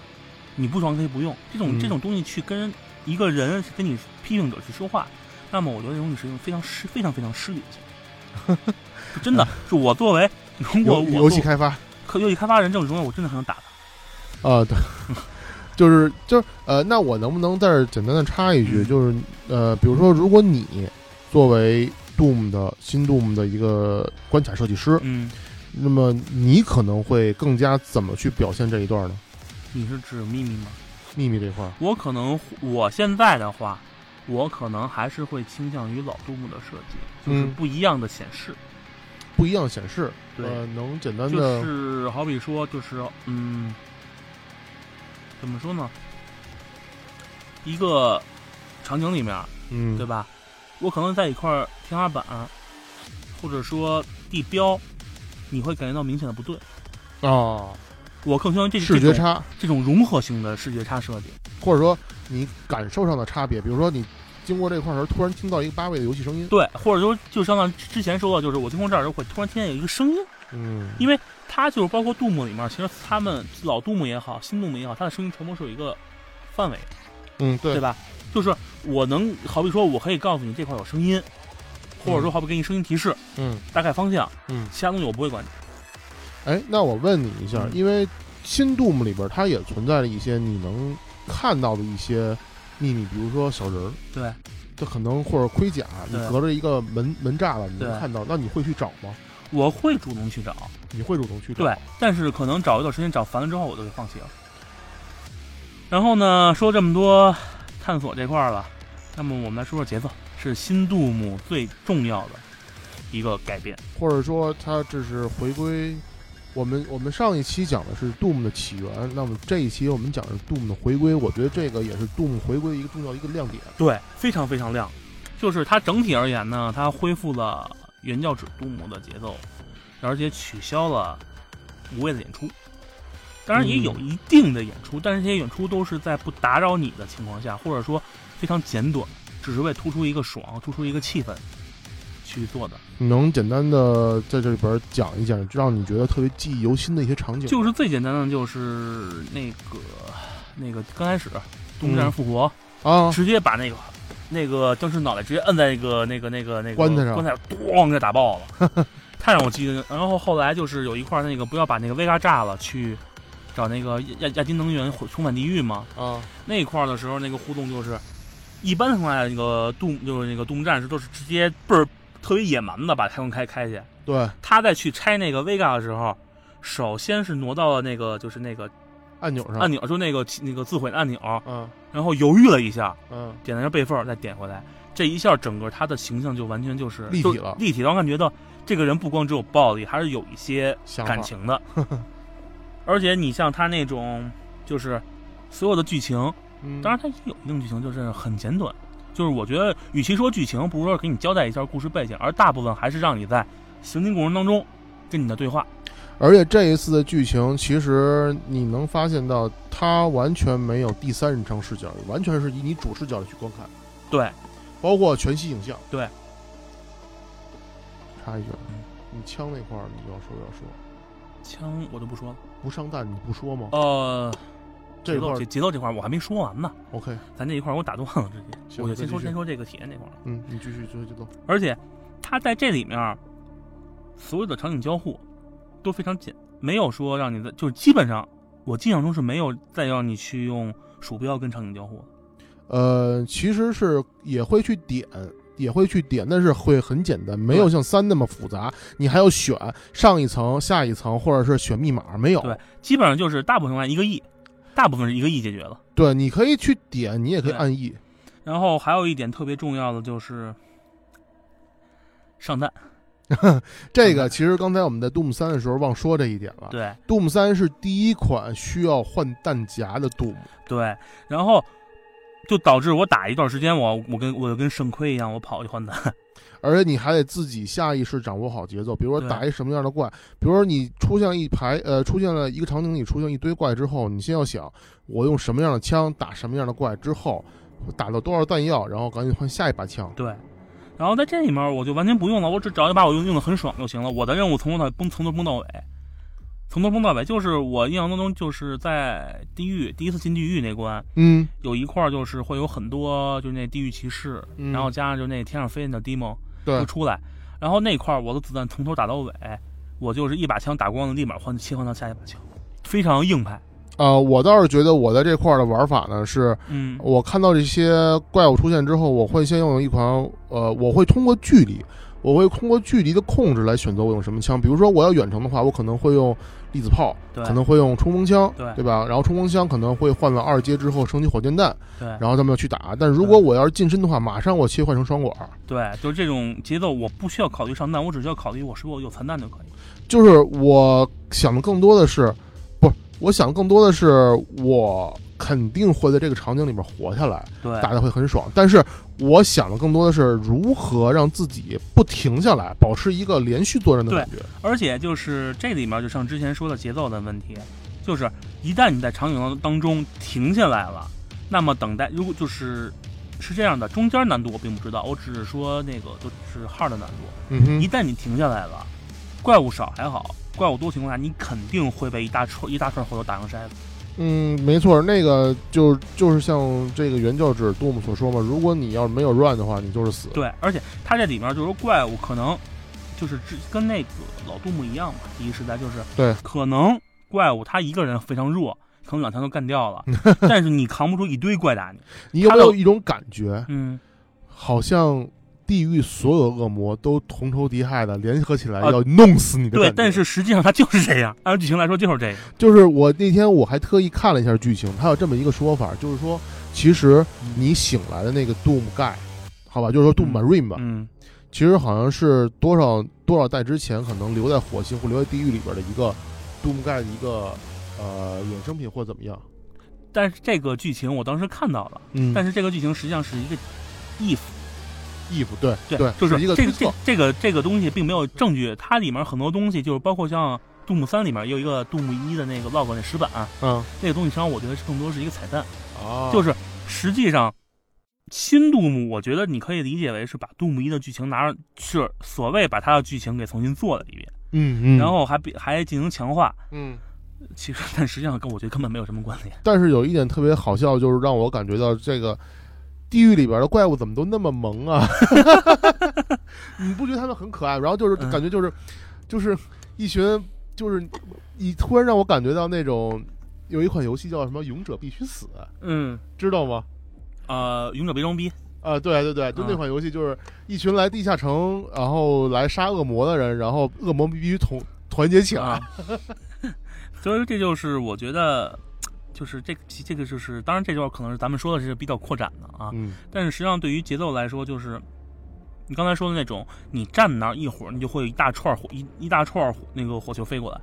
Speaker 2: 你不爽可以不用这种、
Speaker 1: 嗯
Speaker 2: 这种东西去跟一个人跟你批评者去说话，那么我觉得这种东西是一种非常失非常非常失礼的行为。真的，就我作为如
Speaker 1: 游
Speaker 2: 果我
Speaker 1: 游戏
Speaker 2: 做
Speaker 1: 开发
Speaker 2: 可游戏开发人这种行为，我真的很想打他。
Speaker 1: 啊，对，就是就是呃，那我能不能在这儿简单的插一句，
Speaker 2: 嗯
Speaker 1: 就是呃，比如说，如果你作为 Doom 的新 Doom 的一个关卡设计师，
Speaker 2: 嗯，
Speaker 1: 那么你可能会更加怎么去表现这一段呢？
Speaker 2: 你是指秘密吗？
Speaker 1: 秘密这块儿，
Speaker 2: 我可能我现在的话，我可能还是会倾向于老杜牧的设计，就是
Speaker 1: 嗯
Speaker 2: 不一样的显示。
Speaker 1: 不一样显示，
Speaker 2: 对，
Speaker 1: 呃，能简单
Speaker 2: 就
Speaker 1: 的，
Speaker 2: 是好比说，就是嗯，怎么说呢？嗯一个场景里面，
Speaker 1: 嗯，
Speaker 2: 对吧？我可能在一块儿天花板，或者说地标，你会感觉到明显的不对。
Speaker 1: 啊，
Speaker 2: 我更喜欢这
Speaker 1: 视
Speaker 2: 这
Speaker 1: 觉
Speaker 2: 种
Speaker 1: 差，
Speaker 2: 这种融合型的视觉差设计。
Speaker 1: 或者说你感受上的差别，比如说你经过这块儿时候，突然听到一个八位的游戏声音，
Speaker 2: 对，或者说就相当于之前说的，就是我经过这儿就会突然听见有一个声音，
Speaker 1: 嗯，
Speaker 2: 因为它就是包括杜牧里面，其实他们老杜牧也好，新杜牧也好，它的声音传播是有一个范围的。
Speaker 1: 嗯，
Speaker 2: 对
Speaker 1: 对，
Speaker 2: 吧？就是我能好比说，我可以告诉你这块有声音，或者说好比给你声音提示，
Speaker 1: 嗯
Speaker 2: 大概方向，
Speaker 1: 嗯。
Speaker 2: 其他东西我不会管。
Speaker 1: 哎，那我问你一下，
Speaker 2: 嗯
Speaker 1: 因为新 Doom 里边它也存在着一些你能看到的一些秘密，比如说小人儿，
Speaker 2: 对，
Speaker 1: 这可能或者盔甲，你
Speaker 2: 对
Speaker 1: 隔着一个门门栅栏你能
Speaker 2: 对
Speaker 1: 看到，那你会去找吗？
Speaker 2: 我会主动去找，
Speaker 1: 你会主动去找？
Speaker 2: 对，但是可能找一段时间找烦了之后，我就给放弃了。然后呢，说这么多探索这块儿了，那么我们来说说节奏，是新杜姆最重要的一个改变。
Speaker 1: 或者说它这是回归。我们我们上一期讲的是 Doom 的起源，那么这一期我们讲的是 Doom 的回归，我觉得这个也是 Doom 回归一个重要的一个亮点。
Speaker 2: 对，非常非常亮。就是它整体而言呢，它恢复了原教旨杜姆的节奏，而且取消了无谓的演出。当然也有
Speaker 1: 嗯
Speaker 2: 一定的演出，但是这些演出都是在不打扰你的情况下，或者说非常简短，只是为突出一个爽、突出一个气氛去做的。
Speaker 1: 你能简单的在这里边讲一讲，让你觉得特别记忆犹新的一些场景？
Speaker 2: 就是最简单的，就是那个那个刚开始动物战士复活，
Speaker 1: 啊，
Speaker 2: 直接把那个那个僵尸脑袋直接摁在那个那个那个那个
Speaker 1: 棺材上
Speaker 2: 棺材咣给打爆了， 太让我记得。然后后来就是有一块儿那个不要把那个威嘎炸了，去找那个亚亚亚金能源重返地狱嘛。
Speaker 1: 啊，
Speaker 2: 那一块儿的时候，那个互动就是一般情况下那个杜就是那个杜牧战士都是直接倍儿特别野蛮的把太空开开去。
Speaker 1: 对，
Speaker 2: 他在去拆那个威嘎的时候，首先是挪到了那个就是那个
Speaker 1: 按钮上，
Speaker 2: 按钮，就那个那个自毁的按钮，
Speaker 1: 嗯
Speaker 2: 然后犹豫了一下。
Speaker 1: 嗯，
Speaker 2: 点了一下备份儿，再点回来，这一下整个他的形象就完全就是
Speaker 1: 立
Speaker 2: 就
Speaker 1: 体了
Speaker 2: 立体到感觉到这个人不光只有暴力，还是有一些
Speaker 1: 想法
Speaker 2: 感 情的。而且你像他那种，就是所有的剧情，
Speaker 1: 嗯
Speaker 2: 当然它也有一定剧情，就是很简短。就是我觉得，与其说剧情，不如说给你交代一下故事背景，而大部分还是让你在行进过程当中跟你的对话。
Speaker 1: 而且这一次的剧情，其实你能发现到，它完全没有第三人称视角，完全是以你主视角去观看，
Speaker 2: 对，
Speaker 1: 包括全息影像。
Speaker 2: 对，
Speaker 1: 插一句啊
Speaker 2: 嗯，
Speaker 1: 你枪那块儿你要说要说，
Speaker 2: 枪我就不说了。
Speaker 1: 不上弹你不说吗？
Speaker 2: 呃，
Speaker 1: 这
Speaker 2: 节
Speaker 1: 块
Speaker 2: 奏
Speaker 1: 儿
Speaker 2: 节节奏这块儿我还没说完呢，
Speaker 1: OK，
Speaker 2: 咱这一块儿我打断了直接，
Speaker 1: 行
Speaker 2: 我就先
Speaker 1: 那继
Speaker 2: 说
Speaker 1: 续
Speaker 2: 先说这个体验这块儿。
Speaker 1: 嗯，你继续继续继续走，
Speaker 2: 而且它在这里面儿所有的场景交互都非常简，没有说让你的，就是基本上我印象中是没有再让你去用鼠标跟场景交互的。
Speaker 1: 呃，其实是也会去点。也会去点，但是会很简单，没有像三那么复杂。你还要选上一层、下一层，或者是选密码，没有。
Speaker 2: 对基本上就是大部分情况下一个 E，大部分是一个 E 解决了。
Speaker 1: 对，你可以去点，你也可以
Speaker 2: 对
Speaker 1: 按 E。
Speaker 2: 然后还有一点特别重要的就是上弹，
Speaker 1: 这个其实刚才我们在 Doom 三的时候忘说这一点了。
Speaker 2: 对
Speaker 1: Doom 三是第一款需要换弹夹的 Doom，
Speaker 2: 对，然后。就导致我打一段时间我，我跟我就跟肾亏一样，我跑去换弹。
Speaker 1: 而且你还得自己下意识掌握好节奏。比如说
Speaker 2: 对
Speaker 1: 打一什么样的怪，比如说你出现一排呃出现了一个场景里出现一堆怪之后，你先要想我用什么样的枪打什么样的怪，之后我打到多少弹药，然后赶紧换下一把枪。
Speaker 2: 对，然后在这里面我就完全不用了，我只找一把我用用的很爽就行了。我的任务从头到崩，从头崩到尾，从头崩到尾，就是我印象当中就是在地狱第一次进地狱那关，
Speaker 1: 嗯，
Speaker 2: 有一块儿就是会有很多就是那地狱骑士，
Speaker 1: 嗯
Speaker 2: 然后加上就那天上飞的 demon
Speaker 1: 对
Speaker 2: 就，出来，然后那块儿我的子弹从头打到尾，我就是一把枪打光了，立马换切换到下一把枪，非常硬派。
Speaker 1: 呃，我倒是觉得我在这块儿的玩法呢是。
Speaker 2: 嗯，
Speaker 1: 我看到这些怪物出现之后，我会先用一款呃，我会通过距离，我会通过距离的控制来选择我用什么枪。比如说我要远程的话，我可能会用粒子炮，
Speaker 2: 对
Speaker 1: 可能会用冲锋枪，
Speaker 2: 对
Speaker 1: 吧？然后冲锋枪可能会换了二阶之后升级火箭弹，
Speaker 2: 对。
Speaker 1: 然后咱们要去打。但如果我要是近身的话，马上我切换成双管儿。
Speaker 2: 对，就是这种节奏，我不需要考虑上弹，我只需要考虑我是否有残弹就可以。
Speaker 1: 就是我想的更多的是，不，我想的更多的是我肯定会在这个场景里面活下来。
Speaker 2: 对，
Speaker 1: 打的会很爽。但是我想的更多的是如何让自己不停下来，保持一个连续作战的感觉。
Speaker 2: 而且就是这里面，就像之前说的节奏的问题，就是一旦你在场景当中停下来了，那么等待如果就是是这样的，中间难度我并不知道，我只是说那个就是 hard 难度。
Speaker 1: 嗯
Speaker 2: 一
Speaker 1: 哼，
Speaker 2: 旦你停下来了，怪物少还好，怪物多情况下，你肯定会被一大串一大串回头打成筛子。
Speaker 1: 嗯，没错，那个就就是像这个原教旨杜姆所说嘛，如果你要是没有 run 的话，你就是死。
Speaker 2: 对，而且它这里面就是说怪物可能就是之跟那个老杜牧一样嘛，第一时代就是
Speaker 1: 对，
Speaker 2: 可能怪物他一个人非常弱，可能两枪就干掉 了，但是你扛不住一堆怪打你，
Speaker 1: 你有没有一种感觉，
Speaker 2: 嗯，
Speaker 1: 好像地狱所有恶魔都同仇敌忾的联合起来要弄死你的感
Speaker 2: 啊对
Speaker 1: 觉，
Speaker 2: 但是实际上它就是这样，按照剧情来说就是这样，
Speaker 1: 就是我那天我还特意看了一下剧情，它有这么一个说法，就是说，其实你醒来的那个 Doom Guy，好吧，就是说 Doom
Speaker 2: 嗯
Speaker 1: Marine 吧，
Speaker 2: 嗯
Speaker 1: 其实好像是多少多少代之前可能留在火星或留在地狱里边的一个 Doom Guy 的一个呃衍生品或怎么样。
Speaker 2: 但是这个剧情我当时看到了，
Speaker 1: 嗯
Speaker 2: 但是这个剧情实际上是一个 if，
Speaker 1: 衣服对
Speaker 2: 对，
Speaker 1: 对，
Speaker 2: 就是
Speaker 1: 一个
Speaker 2: 这个
Speaker 1: 推
Speaker 2: 这
Speaker 1: 测
Speaker 2: 个，这个这个东西并没有证据，它里面很多东西就是包括像杜牧三里面也有一个杜牧一的那个 log 那石板、啊
Speaker 1: 嗯
Speaker 2: 那个东西，实际上我觉得是更多是一个彩蛋，
Speaker 1: 啊
Speaker 2: 就是实际上。新杜牧，我觉得你可以理解为是把杜牧一的剧情拿上，是所谓把它的剧情给重新做了一遍，
Speaker 1: 嗯嗯，
Speaker 2: 然后还比还进行强化。
Speaker 1: 嗯，
Speaker 2: 其实，但实际上跟我觉得根本没有什么关联。
Speaker 1: 但是有一点特别好笑，就是让我感觉到这个地狱里边的怪物怎么都那么萌啊！你不觉得他们很可爱？然后就是
Speaker 2: 嗯
Speaker 1: 感觉就是、就是一群就是你突然让我感觉到那种有一款游戏叫什么《勇者必须死
Speaker 2: 嗯，》，
Speaker 1: 知道吗？
Speaker 2: 呃，勇者别装逼，
Speaker 1: 啊，对对对，就那
Speaker 2: 啊
Speaker 1: 款游戏，就是一群来地下城，然后来杀恶魔的人，然后恶魔必须团团结起来。
Speaker 2: 啊。 所以说，这就是我觉得，就是这其这个就是，当然这就是可能是咱们说的是比较扩展的啊。
Speaker 1: 嗯，
Speaker 2: 但是实际上，对于节奏来说，就是你刚才说的那种，你站那儿一会儿，你就会有一大串火一一大串火那个火球飞过来，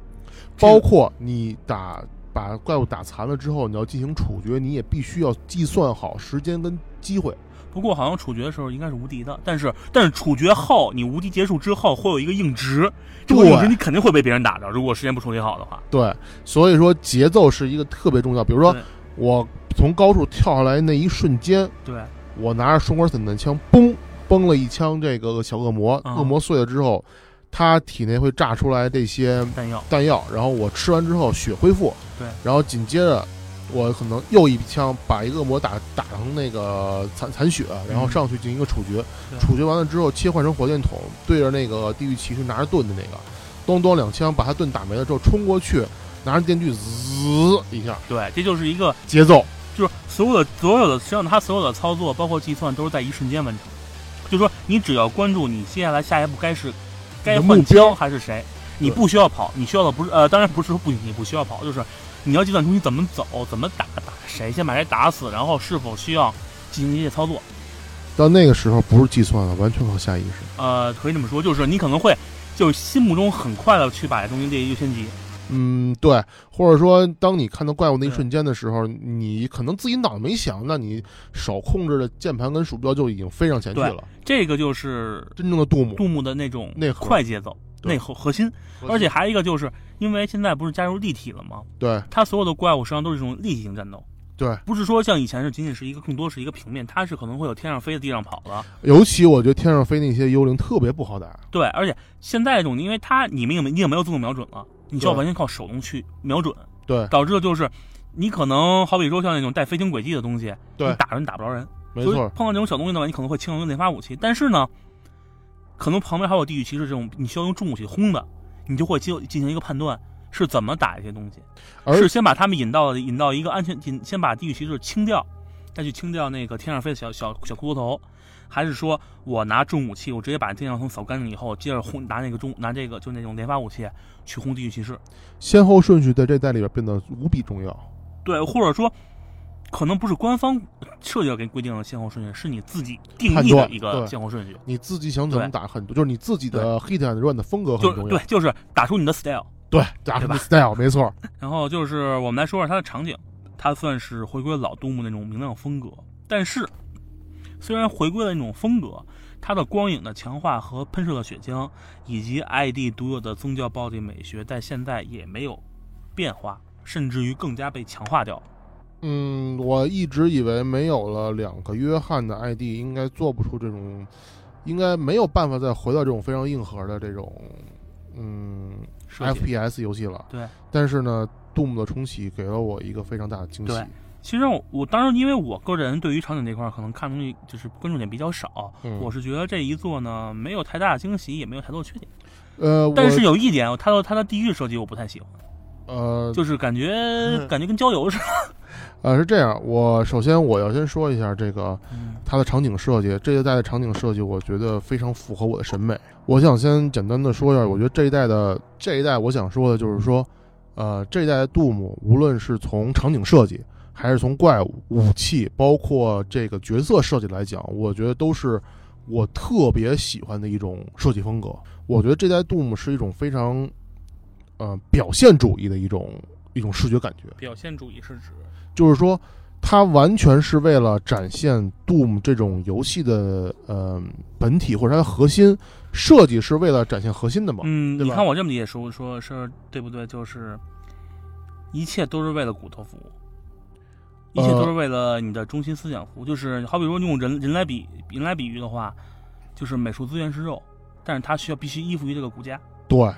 Speaker 2: 这
Speaker 1: 包
Speaker 2: 个
Speaker 1: 括你打把怪物打残了之后，你要进行处决，你也必须要计算好时间跟机会。
Speaker 2: 不过好像处决的时候应该是无敌的，但是但是处决后，你无敌结束之后会有一个硬直，这个
Speaker 1: 对
Speaker 2: 硬直你肯定会被别人打着，如果时间不处理好的话。
Speaker 1: 对，所以说节奏是一个特别重要。比如说
Speaker 2: 对，
Speaker 1: 我从高处跳下来那一瞬间，
Speaker 2: 对，
Speaker 1: 我拿着双管散弹枪，嘣崩了一枪这个小恶魔，
Speaker 2: 啊
Speaker 1: 恶魔碎了之后，他体内会炸出来这些
Speaker 2: 弹药，
Speaker 1: 弹药，然后我吃完之后血恢复，
Speaker 2: 对，
Speaker 1: 然后紧接着我可能又一枪把一个恶魔打打成那个残残血，然
Speaker 2: 嗯
Speaker 1: 后上去进行一个处决，
Speaker 2: 对
Speaker 1: 处决完了之后切换成火箭筒对着那个地狱骑士拿着盾的那个，咚咚两枪把他盾打没了之后冲过去，拿着电锯滋一下，
Speaker 2: 对，这就是一个
Speaker 1: 节奏
Speaker 2: 就是所有的所有的，实际上它所有的操作包括计算都是在一瞬间完成。就是说，你只要关注你接下来下一步该是该
Speaker 1: 你的
Speaker 2: 换
Speaker 1: 目标
Speaker 2: 枪还是谁，你不需要跑，你需要的不是呃，当然不是说不你不需要跑，就是你要计算出你怎么走、怎么打、打谁，先把谁打死，然后是否需要进行一些操作。
Speaker 1: 到那个时候不是计算了，完全靠下意识。
Speaker 2: 呃，可以这么说，就是你可能会就心目中很快的去把这东西列一优先级。
Speaker 1: 嗯，对，或者说，当你看到怪物那一瞬间的时候，你可能自己脑子没想，那你手控制的键盘跟鼠标就已经飞上前去
Speaker 2: 对
Speaker 1: 了。
Speaker 2: 这个就是
Speaker 1: 真正的杜牧，
Speaker 2: 杜牧的那种
Speaker 1: 内核
Speaker 2: 快节奏、
Speaker 1: 对
Speaker 2: 内核核心，
Speaker 1: 核
Speaker 2: 而且还有一个就是因为现在不是加入立体了吗？
Speaker 1: 对
Speaker 2: 它所有的怪物实际上都是这种立体型战斗，
Speaker 1: 对，
Speaker 2: 不是说像以前是仅仅是一个，更多是一个平面，它是可能会有天上飞的、地上跑的。
Speaker 1: 尤其我觉得天上飞那些幽灵特别不好打，
Speaker 2: 对，而且现在这种，因为它你们已经你也没有自动瞄准了，你需要
Speaker 1: 对
Speaker 2: 完全靠手动去瞄准，
Speaker 1: 对
Speaker 2: 导致的就是你可能好比说像那种带飞行轨迹的东西，
Speaker 1: 对
Speaker 2: 你打人打不着人，
Speaker 1: 没
Speaker 2: 所以
Speaker 1: 错，
Speaker 2: 碰到这种小东西的话，你可能会倾向于连发武器，但是呢，可能旁边还有地狱骑士这种，你需要用重武器轰的，你就会进进行一个判断是怎么打这些东西，
Speaker 1: 而
Speaker 2: 是先把他们引到引到一个安全，引先把地狱骑士清掉，再去清掉那个天上飞的小小小骷髅头，还是说我拿重武器，我直接把天上从扫干净以后，接着轰拿那个重拿这个就那种连发武器去轰地狱骑士？
Speaker 1: 先后顺序在这代里边变得无比重要。
Speaker 2: 对，或者说。可能不是官方设计要给规定的先后顺序，是你自己定义
Speaker 1: 判
Speaker 2: 的
Speaker 1: 断
Speaker 2: 一个
Speaker 1: 对
Speaker 2: 先后顺序。
Speaker 1: 你自己想怎么打很多，就是你自己的 hit and run 的风格很
Speaker 2: 就
Speaker 1: 重要
Speaker 2: 对。，就是打出你的 style。
Speaker 1: 对，打什么
Speaker 2: 对吧
Speaker 1: style 没错，
Speaker 2: 然后就是我们来说说它的场景，它算是回归老杜牧那种明亮风格，但是虽然回归了那种风格，它的光影的强化和喷射的血浆，以及 ID 独有的宗教暴力美学，在现在也没有变化，甚至于更加被强化掉。
Speaker 1: 嗯，我一直以为没有了两个约翰的 ID，应该做不出这种，应该没有办法再回到这种非常硬核的这种，嗯
Speaker 2: 设计
Speaker 1: ，FPS 游戏了。
Speaker 2: 对，
Speaker 1: 但是呢， Doom 的重启给了我一个非常大的惊喜
Speaker 2: 对。其实我我当时因为我个人对于场景这块儿可能看东西就是关注点比较少，
Speaker 1: 嗯
Speaker 2: 我是觉得这一座呢没有太大的惊喜，也没有太多的缺点。
Speaker 1: 呃，我
Speaker 2: 但是有一点，它的它的地域设计我不太喜欢，
Speaker 1: 呃
Speaker 2: 就是感觉、
Speaker 1: 嗯
Speaker 2: 感觉跟郊游似的。
Speaker 1: 呃是这样，我首先我要先说一下这个
Speaker 2: 嗯
Speaker 1: 它的场景设计，这一代的场景设计，我觉得非常符合我的审美。我想先简单的说一下，我觉得这一代的这一代，我想说的就是说，呃，这一代的杜牧，无论是从场景设计，还是从怪物、武器，包括这个角色设计来讲，我觉得都是我特别喜欢的一种设计风格。我觉得这代杜牧是一种非常，呃，表现主义的一种一种视觉感觉。
Speaker 2: 表现主义是指
Speaker 1: 就是说，它完全是为了展现 Doom 这种游戏的呃本体或者它的核心设计是为了展现核心的嘛？
Speaker 2: 嗯，
Speaker 1: 对
Speaker 2: 你
Speaker 1: 吧
Speaker 2: 看我这么理解说说是对不对？就是一切都是为了骨头服务，一切
Speaker 1: 呃
Speaker 2: 都是为了你的中心思想服务。就是好比说用人人来比人来比喻的话，就是美术资源是肉，但是它需要必须依附于这个骨架。
Speaker 1: 对，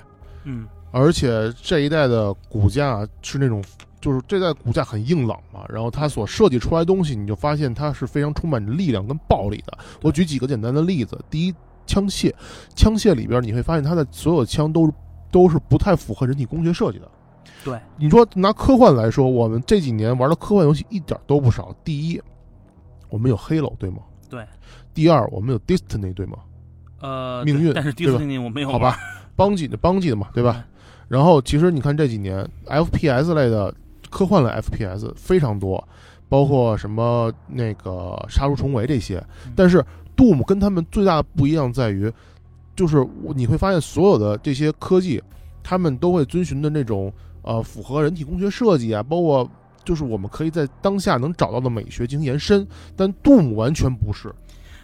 Speaker 2: 嗯，
Speaker 1: 而且这一代的骨架啊是那种，就是这代骨架很硬朗嘛，然后它所设计出来的东西，你就发现它是非常充满着力量跟暴力的。我举几个简单的例子，第一，枪械，枪械里边你会发现它的所有枪都是都是不太符合人体工学设计的。
Speaker 2: 对，
Speaker 1: 你说拿科幻来说，我们这几年玩的科幻游戏一点都不少。第一，我们有 Halo 对吗？
Speaker 2: 对。
Speaker 1: 第二，我们有 Destiny 对吗？
Speaker 2: 呃，
Speaker 1: 命
Speaker 2: 对
Speaker 1: 运
Speaker 2: 但是第
Speaker 1: 对吧
Speaker 2: 四天我没有
Speaker 1: 好吧
Speaker 2: 玩，
Speaker 1: 邦吉的邦吉的嘛，对吧？然后其实你看这几年 FPS 类的科幻类 FPS 非常多，包括什么那个《杀出重围》这些
Speaker 2: 嗯。
Speaker 1: 但是 Doom 跟他们最大的不一样在于，就是我你会发现所有的这些科技，他们都会遵循的那种呃符合人体工学设计啊，包括就是我们可以在当下能找到的美学进行延伸。但 Doom 完全不是，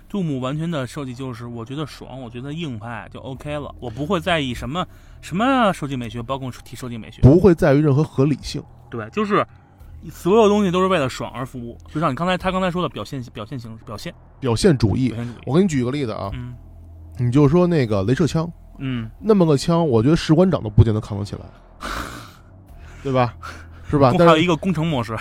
Speaker 2: 杜牧完全的设计就是，我觉得爽，我觉得硬派就 OK 了，我不会在意什么什么设计美学，包括提设计美学。
Speaker 1: 不会在于任何合理性。
Speaker 2: 对，就是所有东西都是为了爽而服务。就像你刚才他刚才说的表现表现形式表现
Speaker 1: 表现主义
Speaker 2: 表，现主义。
Speaker 1: 我给你举个例子啊，
Speaker 2: 嗯
Speaker 1: 你就说那个镭射枪，
Speaker 2: 嗯，
Speaker 1: 那么个枪，我觉得士官长都不见得扛得 起来，对吧？是吧？
Speaker 2: 啊还
Speaker 1: 但
Speaker 2: 有
Speaker 1: 是
Speaker 2: 一个工程模式。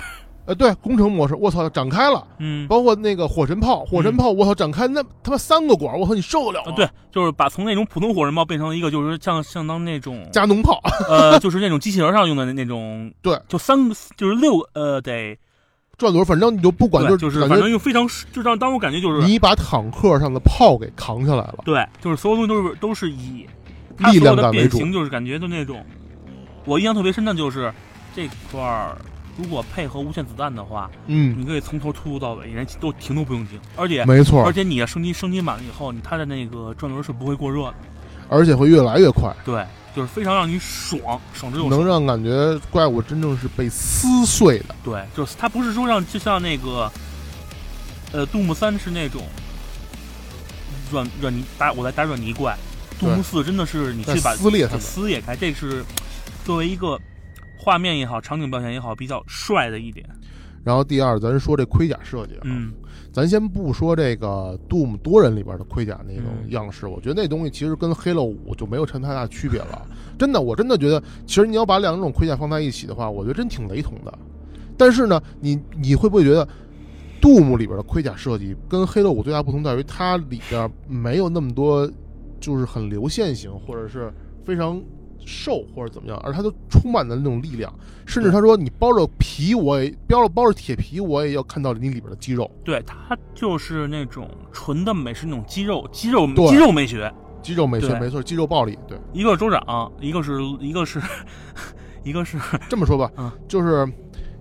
Speaker 1: 呃，对，工程模式，我操，展开了，
Speaker 2: 嗯，
Speaker 1: 包括那个火神炮，火神炮，我操，展开那他妈三个管，我操，你受得了
Speaker 2: 啊
Speaker 1: 吗？
Speaker 2: 嗯对，就是把从那种普通火人炮变成一个就是像相当那 种
Speaker 1: 加农炮，
Speaker 2: 呃，就是那种机器人上用的那那种。
Speaker 1: 对，
Speaker 2: 就三个就是六个呃得
Speaker 1: 转轮，反正你就不管，
Speaker 2: 对
Speaker 1: 就
Speaker 2: 就是
Speaker 1: 感
Speaker 2: 反
Speaker 1: 觉
Speaker 2: 正用非常就让当我感觉就是
Speaker 1: 你把坦克上的炮给扛下来了，
Speaker 2: 对，就是所有东西都是都是以它
Speaker 1: 力
Speaker 2: 所
Speaker 1: 量
Speaker 2: 有的
Speaker 1: 感为
Speaker 2: 变
Speaker 1: 主。
Speaker 2: 形，就是感觉就那种。我印象特别深的就是这块儿，如果配合无限子弹的话，
Speaker 1: 嗯，
Speaker 2: 你可以从头突入到尾，连都停都不用停，而且
Speaker 1: 没错
Speaker 2: 嗯而，且你升级升级满了以后，你它的那个转轮是不会过热的，
Speaker 1: 而且会越来越快，
Speaker 2: 对，就是非常让你爽，爽之又爽。
Speaker 1: 能让感觉怪物真正是被撕碎的。
Speaker 2: 对，就是它不是说让就像那个，呃，杜牧三是那种软软泥打我来打软泥怪，杜牧四真的是你
Speaker 1: 在
Speaker 2: 去把
Speaker 1: 撕裂它
Speaker 2: 把
Speaker 1: 们
Speaker 2: 撕裂开，这是作为一个画面也好，场景表现也好，比较帅的一点。
Speaker 1: 然后第二，咱说这盔甲设计啊，
Speaker 2: 嗯，
Speaker 1: 咱先不说这个 Doom 多人里边的盔甲那种
Speaker 2: 嗯
Speaker 1: 样式，我觉得那东西其实跟 Halo 五就没有太大区别了。 真的，我真的觉得，其实你要把两种盔甲放在一起的话，我觉得真挺雷同的。但是呢，你你会不会觉得 Doom 里边的盔甲设计跟 Halo 五最大不同在于，它里边没有那么多就是很流线型或者是非常瘦或者怎么样，而它都充满了那种力量，甚至他说你包着皮我也包着包着铁皮我也要看到你里边的肌肉。
Speaker 2: 对，它就是那种纯的美式那种肌肉肌肉
Speaker 1: 对
Speaker 2: 肌肉美学，
Speaker 1: 肌肉美学
Speaker 2: 对
Speaker 1: 没错，肌肉暴力。 对，
Speaker 2: 一个是州长，一个是一个是一个是
Speaker 1: 这么说吧，
Speaker 2: 嗯
Speaker 1: 就是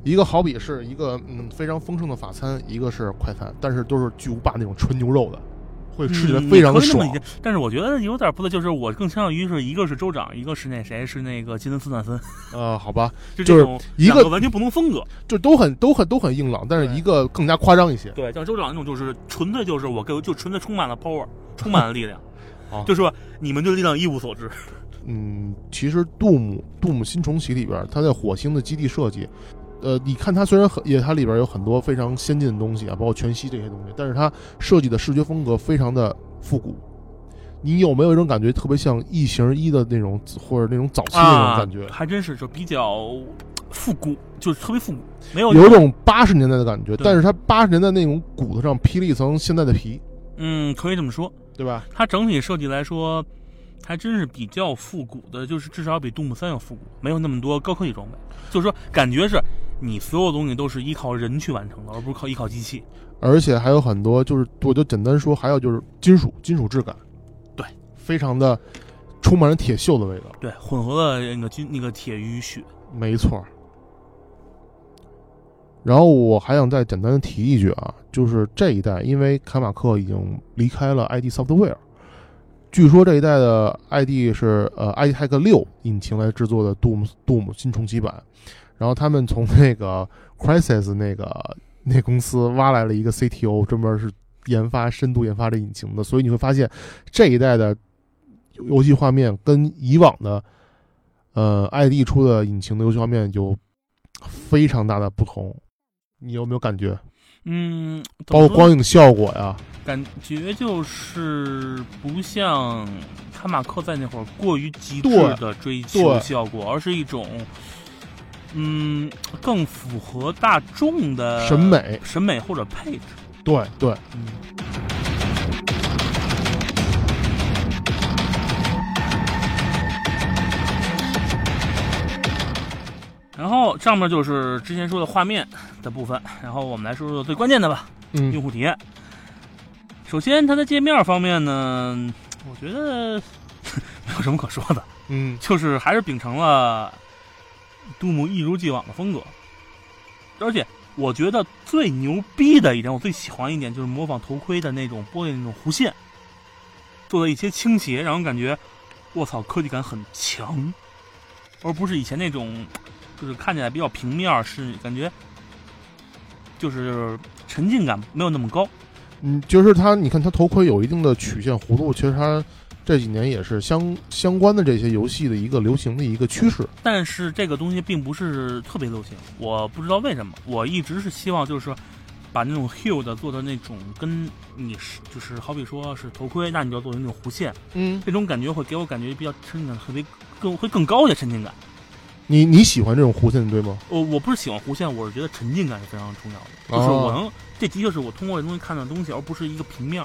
Speaker 1: 一个好比是一个嗯非常丰盛的法餐，一个是快餐，但是都是巨无霸那种纯牛肉的，会吃起来
Speaker 2: 嗯
Speaker 1: 非常的
Speaker 2: 也可以那么
Speaker 1: 爽
Speaker 2: 理。解但是我觉得有点不对，就是我更倾向于是一个是州长，一个是那谁是那个金森斯坦森，
Speaker 1: 呃，好吧，
Speaker 2: 就
Speaker 1: 就是
Speaker 2: 这种
Speaker 1: 一
Speaker 2: 两
Speaker 1: 个
Speaker 2: 完全不同风格。
Speaker 1: 就都很都很都很硬朗，但是
Speaker 2: 对
Speaker 1: 一个更加夸张一些。
Speaker 2: 对，像州长那种就是纯粹就是我给就纯粹充满了 power，充满了力量
Speaker 1: 哦。
Speaker 2: 就是说你们对力量一无所知。
Speaker 1: 嗯，其实杜姆杜姆新重启里边，它在火星的基地设计，呃，你看它虽然很也它里边有很多非常先进的东西啊，包括全息这些东西，但是它设计的视觉风格非常的复古。你有没有一种感觉，
Speaker 2: 啊
Speaker 1: 特别像《异形一》的那种，或者那种早期那种感觉？
Speaker 2: 还真是就比较复古，就是特别复古，没有
Speaker 1: 有种八十年代的感觉，
Speaker 2: 对
Speaker 1: 但是它八十年代那种骨头上披了一层现在的皮，
Speaker 2: 嗯，可以这么说，
Speaker 1: 对吧？
Speaker 2: 它整体设计来说，还真是比较复古的，就是至少比杜牧三要复古，没有那么多高科技装备，就是说感觉是你所有东西都是依靠人去完成的，而不是靠依靠机器。
Speaker 1: 而且还有很多，就是我就简单说，还有就是金属，金属质感，
Speaker 2: 对，
Speaker 1: 非常的充满了铁锈的味道，
Speaker 2: 对，混合了那个金那个铁与血，
Speaker 1: 没错儿。然后我还想再简单的提一句啊，就是这一代，因为凯马克已经离开了 ID Software，据说这一代的 ID 是呃 ID Tech 六引擎来制作的 Doom Doom 新重启版，然后他们从那个 Crisis 那个那公司挖来了一个 CTO，专门是研发深度研发这引擎的，所以你会发现这一代的游戏画面跟以往的呃 ID 出的引擎的游戏画面有非常大的不同。你有没有感觉？
Speaker 2: 嗯，怎
Speaker 1: 包括
Speaker 2: 么说
Speaker 1: 光影效果呀，
Speaker 2: 感觉就是不像卡马克在那会儿过于极致
Speaker 1: 对
Speaker 2: 的追求
Speaker 1: 对
Speaker 2: 效果，而是一种嗯更符合大众的
Speaker 1: 审美，
Speaker 2: 审美或者配置。
Speaker 1: 对对，
Speaker 2: 嗯，然后上面就是之前说的画面的部分，然后我们来说说最关键的吧，用
Speaker 1: 嗯，
Speaker 2: 户体验。首先，它的界面方面呢，我觉得 没有什么可说的，
Speaker 1: 嗯，
Speaker 2: 就是还是秉承了杜牧一如既往的风格。而且，我觉得最牛逼的一点，我最喜欢一点就是模仿头盔的那种玻璃那种弧线，做的一些倾斜，让人感觉我操科技感很强，而不是以前那种就是看起来比较平面，是感觉就是沉浸感没有那么高。
Speaker 1: 嗯，就是它，你看它头盔有一定的曲线弧度，其实它这几年也是相相关的这些游戏的一个流行的一个趋势。
Speaker 2: 但是这个东西并不是特别流行，我不知道为什么。我一直是希望就是说把那种 Hue 的做的那种跟你是就是好比说是头盔，那你就要做成那种弧线，
Speaker 1: 嗯，
Speaker 2: 这种感觉会给我感觉比较沉浸感特别更会更高一些沉浸感。
Speaker 1: 你你喜欢这种弧线对吗？
Speaker 2: 我我不是喜欢弧线，我是觉得沉浸感是非常重要的，就是
Speaker 1: 哦
Speaker 2: 我能、这的确是我通过这东西看到的东西，而不是一个平面。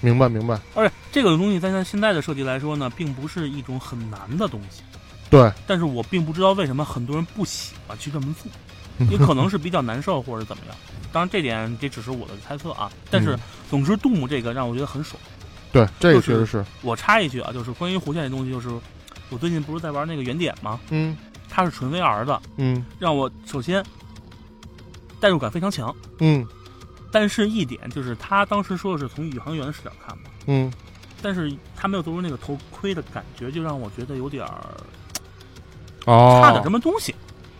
Speaker 1: 明白明白，
Speaker 2: 而且这个东西在它现在的设计来说呢，并不是一种很难的东西。
Speaker 1: 对，
Speaker 2: 但是我并不知道为什么很多人不喜欢去这么做，也可能是比较难受或者怎么样。当然，这点这只是我的猜测啊。但是
Speaker 1: 嗯，
Speaker 2: 总之，杜牧这个让我觉得很爽。
Speaker 1: 对，这个
Speaker 2: 就
Speaker 1: 确实是，
Speaker 2: 我插一句啊，就是关于弧线这东西，就是我最近不是在玩那个原点吗？
Speaker 1: 嗯
Speaker 2: 它是纯 VR 的，
Speaker 1: 嗯
Speaker 2: 让我首先代入感非常强。
Speaker 1: 嗯
Speaker 2: 但是一点就是，他当时说的是从宇航员的视角看嘛，
Speaker 1: 嗯，
Speaker 2: 但是他没有做出那个头盔的感觉，就让我觉得有点儿
Speaker 1: 哦，
Speaker 2: 差点什么东西。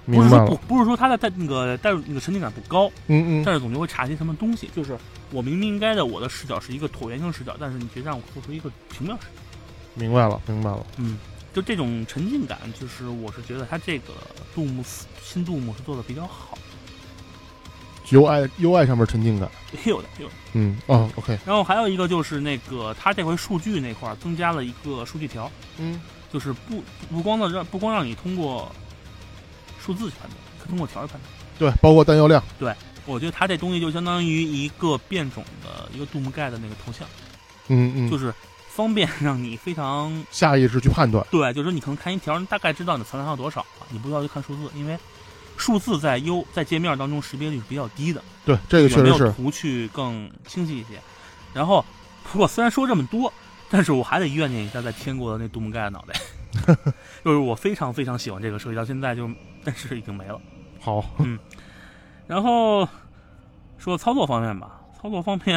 Speaker 2: 不
Speaker 1: 明
Speaker 2: 是
Speaker 1: 白
Speaker 2: 说不
Speaker 1: 了，
Speaker 2: 不是说他的代那个代入那个沉浸感不高，
Speaker 1: 嗯嗯，
Speaker 2: 但是总觉会差些什么东西。就是我明明应该的，我的视角是一个椭圆形视角，但是你却让我做出一个平面视角。
Speaker 1: 明白了明白了，
Speaker 2: 嗯，就这种沉浸感，就是我是觉得他这个杜牧斯新杜牧是做的比较好，
Speaker 1: u i u i 上面沉浸感，
Speaker 2: 有的有的。
Speaker 1: 嗯哦 OK，
Speaker 2: 然后还有一个就是那个他这回数据那块儿增加了一个数据条，
Speaker 1: 嗯
Speaker 2: 就是不不光的让不光让你通过数字去判断，可以通过条去判断。
Speaker 1: 对，包括弹药量，
Speaker 2: 我觉得他这东西就相当于一个变种的一个杜牧盖的那个头像。
Speaker 1: 嗯嗯，
Speaker 2: 就是方便 让你非常
Speaker 1: 下意识去判断，
Speaker 2: 对，就是说你可能看一条，你大概知道你的残量还有多少啊，你不要去看数字，因为数字在优在界面当中识别率是比较低的，
Speaker 1: 对，这个
Speaker 2: 有
Speaker 1: 确
Speaker 2: 没
Speaker 1: 实
Speaker 2: 有
Speaker 1: 是，
Speaker 2: 图去更清晰一些。然后，不过虽然说这么多，但是我还得怨念一下在天国的那杜牧盖的脑袋， 就是我非常非常喜欢这个设计，到现在就但是已经没了。
Speaker 1: 好，
Speaker 2: 然后说操作方面吧，操作方面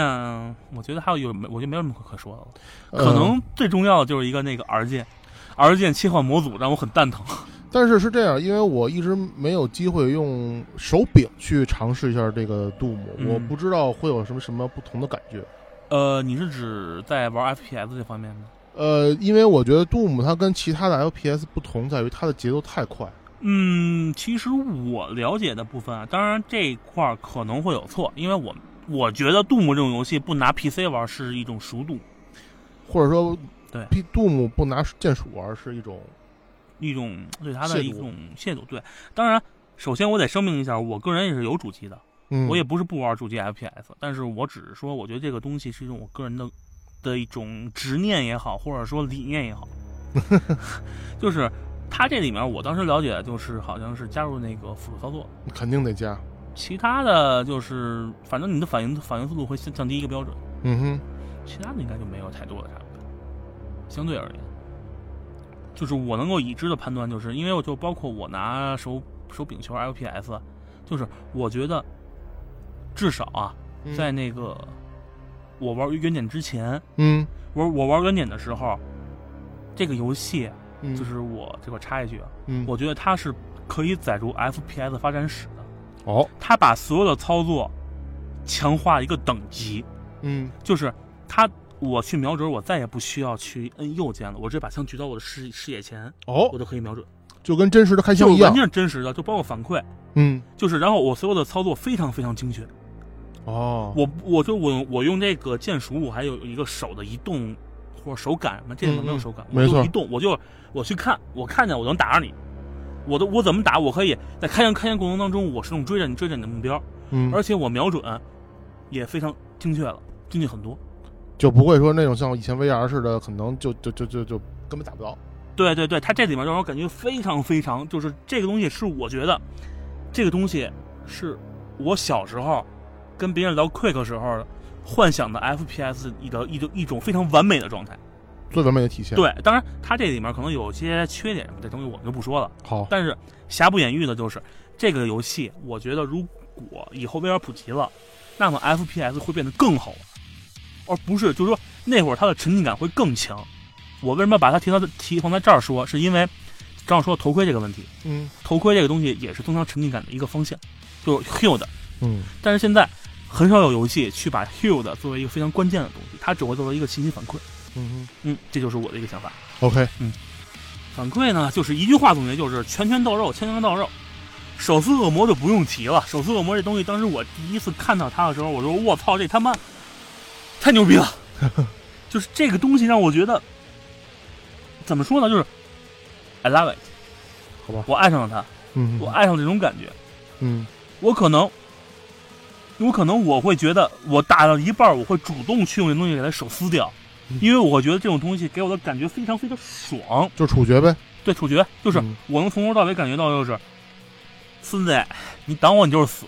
Speaker 2: 我觉得还有有我就没有什么可说的了。
Speaker 1: 嗯
Speaker 2: 可
Speaker 1: 呃
Speaker 2: 能最重要的就是一个那个 R 键，R 键切换模组让我很蛋疼。
Speaker 1: 但是是这样，因为我一直没有机会用手柄去尝试一下这个杜牧，
Speaker 2: 嗯
Speaker 1: 我不知道会有什么什么不同的感觉。
Speaker 2: 呃，你是指在玩 FPS 这方面吗？
Speaker 1: 呃，因为我觉得杜牧它跟其他的 FPS 不同，在于它的节奏太快。
Speaker 2: 嗯，其实我了解的部分啊，当然这块儿可能会有错，因为我我觉得杜牧这种游戏不拿 PC 玩是一种熟读，
Speaker 1: 或者说，
Speaker 2: 对
Speaker 1: ，P 杜牧不拿键鼠玩是一种，
Speaker 2: 一种对它的
Speaker 1: 亵渎
Speaker 2: 一种亵渎。对，当然首先我得声明一下，我个人也是有主机的，
Speaker 1: 嗯，
Speaker 2: 我也不是不玩主机 FPS，但是我只是说，我觉得这个东西是一种我个人的的一种执念也好，或者说理念也好，就是它这里面我当时了解就是好像是加入那个辅助操作，
Speaker 1: 嗯肯定得加，
Speaker 2: 其他的就是反正你的反应反应速度会降降低一个标准，
Speaker 1: 嗯
Speaker 2: 其他的应该就没有太多的差别，相对而言，就是我能够已知的判断，就是因为我就包括我拿手手柄球 LPS，就是我觉得至少啊，
Speaker 1: 哼，
Speaker 2: 在那个我玩原点之前，
Speaker 1: 嗯
Speaker 2: 我我玩原点的时候，这个游戏
Speaker 1: 嗯，
Speaker 2: 就是我这块插一句啊，
Speaker 1: 嗯
Speaker 2: 我觉得它是可以载入 FPS 发展史的，
Speaker 1: 哦，
Speaker 2: 它把所有的操作强化一个等级，
Speaker 1: 嗯
Speaker 2: 就是它。我去瞄准，我再也不需要去摁右键了，我直接把枪举到我的视视野前，我
Speaker 1: 哦，
Speaker 2: 就可以瞄准，
Speaker 1: 就跟真实的开枪
Speaker 2: 就
Speaker 1: 一
Speaker 2: 完
Speaker 1: 样，
Speaker 2: 全是真实的，就包括反馈，
Speaker 1: 嗯
Speaker 2: 就是然后我所有的操作非常非常精确，
Speaker 1: 哦，
Speaker 2: 我我就我我用这个键鼠，我还有一个手的移动或者手感什么，这里面没有手感，
Speaker 1: 嗯嗯没
Speaker 2: 我
Speaker 1: 错
Speaker 2: 就移动，我就我去看，我看见我能打着你，我的我怎么打，我可以在开枪开枪过程当中，我是用追着你追着你的目标，
Speaker 1: 嗯，
Speaker 2: 而且我瞄准也非常精确了，精确很多。
Speaker 1: 就不会说那种像以前 VR 似的，可能就就就就就根本打不到，
Speaker 2: 对对对，它这里面让我感觉非常非常，就是这个东西是我觉得这个东西是我小时候跟别人聊 Quick 时候幻想的 FPS 一的一种一种非常完美的状态。
Speaker 1: 最完美的体现。，
Speaker 2: 对，当然它这里面可能有些缺点什么的东西我们就不说了，
Speaker 1: 好，
Speaker 2: 但是瑕不掩瑜的就是这个游戏，我觉得如果以后 VR 普及了，那么 FPS 会变得更好玩，而不是就是说那会儿它的沉浸感会更强。我为什么把它提到提放在这儿说，是因为刚我说头盔这个问题，
Speaker 1: 嗯
Speaker 2: 头盔这个东西也是增强沉浸感的一个方向，就是 HUD
Speaker 1: 嗯，
Speaker 2: 但是现在很少有游戏去把 HUD 作为一个非常关键的东西，它只会作为一个信息反馈。
Speaker 1: 嗯
Speaker 2: 嗯，这就是我的一个想法。
Speaker 1: 哼，OK，
Speaker 2: 反馈呢，就是一句话总结，就是拳拳到肉，枪枪到肉。手撕恶魔就不用提了，手撕恶魔这东西，当时我第一次看到它的时候，我说我操，这他妈太牛逼 了！就是这个东西让我觉得怎么说呢，就是 I love it，
Speaker 1: 好吧
Speaker 2: 我爱上了它，
Speaker 1: 嗯，
Speaker 2: 我爱上了这种感觉。
Speaker 1: 嗯
Speaker 2: 我可能，有可能我会觉得我打到一半儿，我会主动去用这东西给它手撕掉
Speaker 1: 嗯，
Speaker 2: 因为我会觉得这种东西给我的感觉非常非常爽。
Speaker 1: 就处决呗，
Speaker 2: 对，处决就
Speaker 1: 就是
Speaker 2: 我能从头到尾感觉到就是，孙子，你挡我你就是死，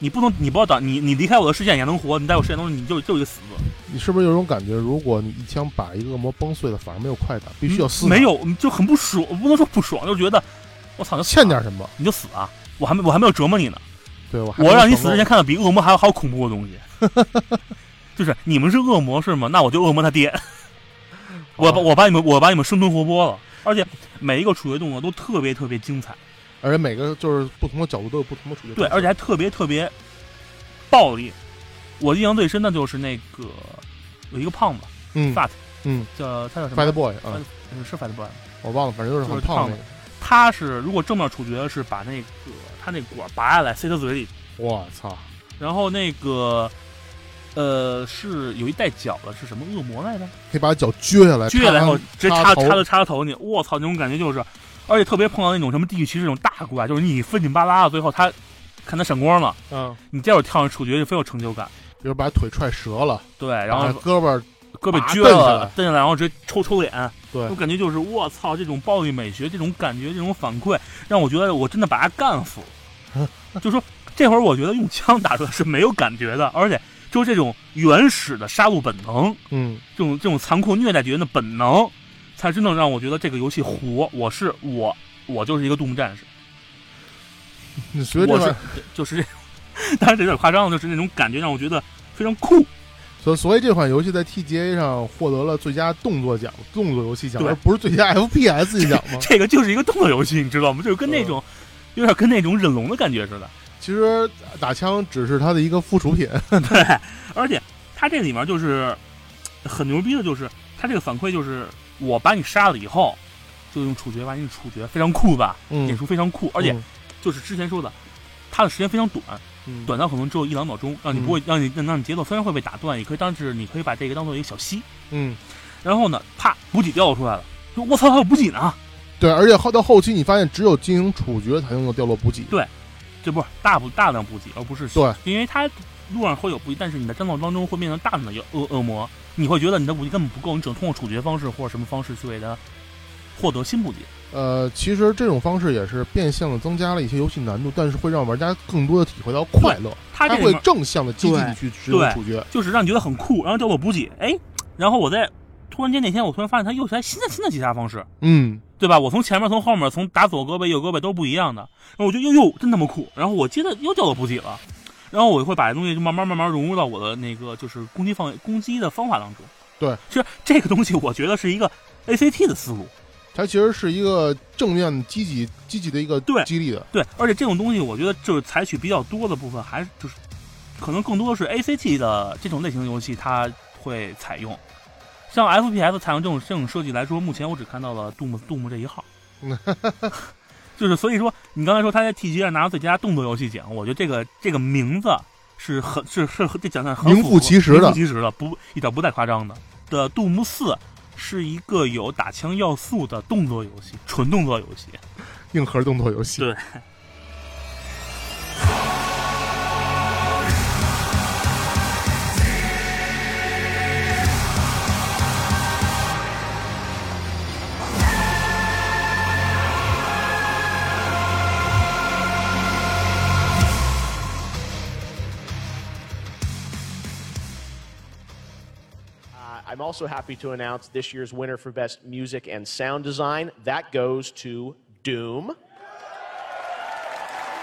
Speaker 2: 你不能你不要挡你你离开我的视线你还能活，你在我视线当中你就就是一个死字，
Speaker 1: 你是不是有种感觉？如果你一枪把一个恶魔崩碎了，反而没有快感，必须要撕，
Speaker 2: 没，有就很不爽，我不能说不爽，就觉得我操，你就死啊
Speaker 1: 欠点什么？
Speaker 2: 你就死啊，我还没我还没有折磨你呢，
Speaker 1: 对我还
Speaker 2: 我
Speaker 1: 没
Speaker 2: 让你
Speaker 1: 成
Speaker 2: 死
Speaker 1: 功
Speaker 2: 之前看到比恶魔还要还要恐怖的东西， 就是你们是恶魔是吗？那我就恶魔他爹，我把我把你们我把你们生吞活剥了，而且每一个处决动作都特别特别精彩。
Speaker 1: 而且每个就是不同的角度都有不同的处决方
Speaker 2: 对，
Speaker 1: 式。
Speaker 2: 而且还特别特别暴力。我印象最深的就是那个有一个胖子
Speaker 1: 嗯
Speaker 2: Fat
Speaker 1: 嗯
Speaker 2: 叫他叫什么
Speaker 1: ，Fat Boy 啊，
Speaker 2: 是是 Fat Boy，
Speaker 1: 我忘了，反正就是很
Speaker 2: 就是
Speaker 1: 胖
Speaker 2: 胖
Speaker 1: 那
Speaker 2: 的
Speaker 1: 个。
Speaker 2: 他是如果正面处决是把那个他那管拔下来塞他嘴里，
Speaker 1: 我操，
Speaker 2: 然后那个呃是有一带脚的是什么恶魔来着？
Speaker 1: 可以把脚撅下来，
Speaker 2: 撅下来
Speaker 1: 呃插
Speaker 2: 后直接插
Speaker 1: 插头
Speaker 2: 插到插到头里，我操那种感觉就是，而且特别碰到那种什么地狱骑士那种大怪，就是你分紧巴拉的，最后他看他闪光了，
Speaker 1: 嗯，
Speaker 2: 你这会儿跳上处决就非有成就感。
Speaker 1: 比如把腿踹折了，
Speaker 2: 对，然后
Speaker 1: 把胳膊
Speaker 2: 胳膊撅
Speaker 1: 把它蹬下来
Speaker 2: 了，蹬下来，然后直接抽抽脸。
Speaker 1: 对
Speaker 2: 我感觉就是我操，这种暴力美学，这种感觉，这种反馈，让我觉得我真的把他 干服。就说这会儿，我觉得用枪打出来是没有感觉的，而且就是这种原始的杀戮本能，
Speaker 1: 嗯，
Speaker 2: 这种这种残酷虐待别人的本能，才真正让我觉得这个游戏活。我是我，我就是一个杜牧战士，
Speaker 1: 你觉得这
Speaker 2: 我
Speaker 1: 玩意
Speaker 2: 是
Speaker 1: 儿
Speaker 2: 就是这种， 当然这有点夸张了，就是那种感觉让我觉得非常酷。
Speaker 1: 所所以这款游戏在 TGA 上获得了最佳动作奖、动作游戏奖，
Speaker 2: 对
Speaker 1: 而不是最佳 FPS 奖吗？
Speaker 2: 这个就是一个动作游戏，你知道吗？就是跟那
Speaker 1: 嗯
Speaker 2: 种、有点跟那种忍龙的感觉似的。
Speaker 1: 其实打枪只是它的一个附属品。
Speaker 2: 对，而且它这里面就是很牛逼的，就是它这个反馈就是我把你杀了以后，就用处决把你处决，非常酷吧？演
Speaker 1: 嗯，
Speaker 2: 出非常酷，而且就是之前说的，它的时间非常短，
Speaker 1: 嗯，
Speaker 2: 短到可能只有一两秒钟，让你不会让你让你节奏虽然会被打断，也可以当是你可以把这个当做一个小息，
Speaker 1: 嗯，
Speaker 2: 然后呢，啪补给掉出来了，说我操还有补给呢，
Speaker 1: 对，而且后到后期你发现只有进行处决才能够掉落补给。
Speaker 2: 这不是大补大量补给，而不是
Speaker 1: 对，
Speaker 2: 因为它路上会有补给，但是你的战斗当中会面临大量的恶恶魔，你会觉得你的补给根本不够，你只能通过处决方式或者什么方式去给它获得新补给。
Speaker 1: 呃，其实这种方式也是变相的增加了一些游戏难度，但是会让玩家更多的体会到快乐，
Speaker 2: 它
Speaker 1: 他
Speaker 2: 这里
Speaker 1: 会
Speaker 2: 面
Speaker 1: 正向的激进
Speaker 3: 对
Speaker 1: 地去执行
Speaker 2: 对
Speaker 1: 处决。
Speaker 2: 就是让你觉得很酷，然后叫做补给，哎，然后我在突然间那天我突然发现它又来新的新的击杀方式，
Speaker 1: 嗯，
Speaker 2: 对吧？我从前面、从后面、从打左胳膊、右胳膊都不一样的，然后我就哟哟，真他妈酷！然后我接着又叫做补给了，然后我会把这东西就慢慢慢慢融入到我的那个就是攻击方攻击的方法当中。
Speaker 1: 对，
Speaker 2: 其实这个东西我觉得是一个 A C T 的思路，
Speaker 1: 它其实是一个正面、积极、积极的一个
Speaker 2: 对
Speaker 1: 激励的。
Speaker 2: 对，而且这种东西我觉得就是采取比较多的部分，还是就是可能更多的是 A C T 的这种类型的游戏它会采用。像 F P S 采用这种这种设计来说，目前我只看到了杜牧杜牧这 一号。就是所以说，你刚才说他在 T G 上拿到最佳动作游戏奖，我觉得这个这个名字是很是是这奖项很
Speaker 1: 名
Speaker 2: 符
Speaker 1: 副
Speaker 2: 合
Speaker 1: 其实的
Speaker 2: 名副其实的，不一点不带夸张的。的杜牧四是一个有打枪要素的动作游戏，纯动作游戏。
Speaker 1: 硬核动作游戏。
Speaker 2: 对
Speaker 4: Uh, I'm also happy to announce this year's winner for Best Music and Sound Design. That goes to Doom.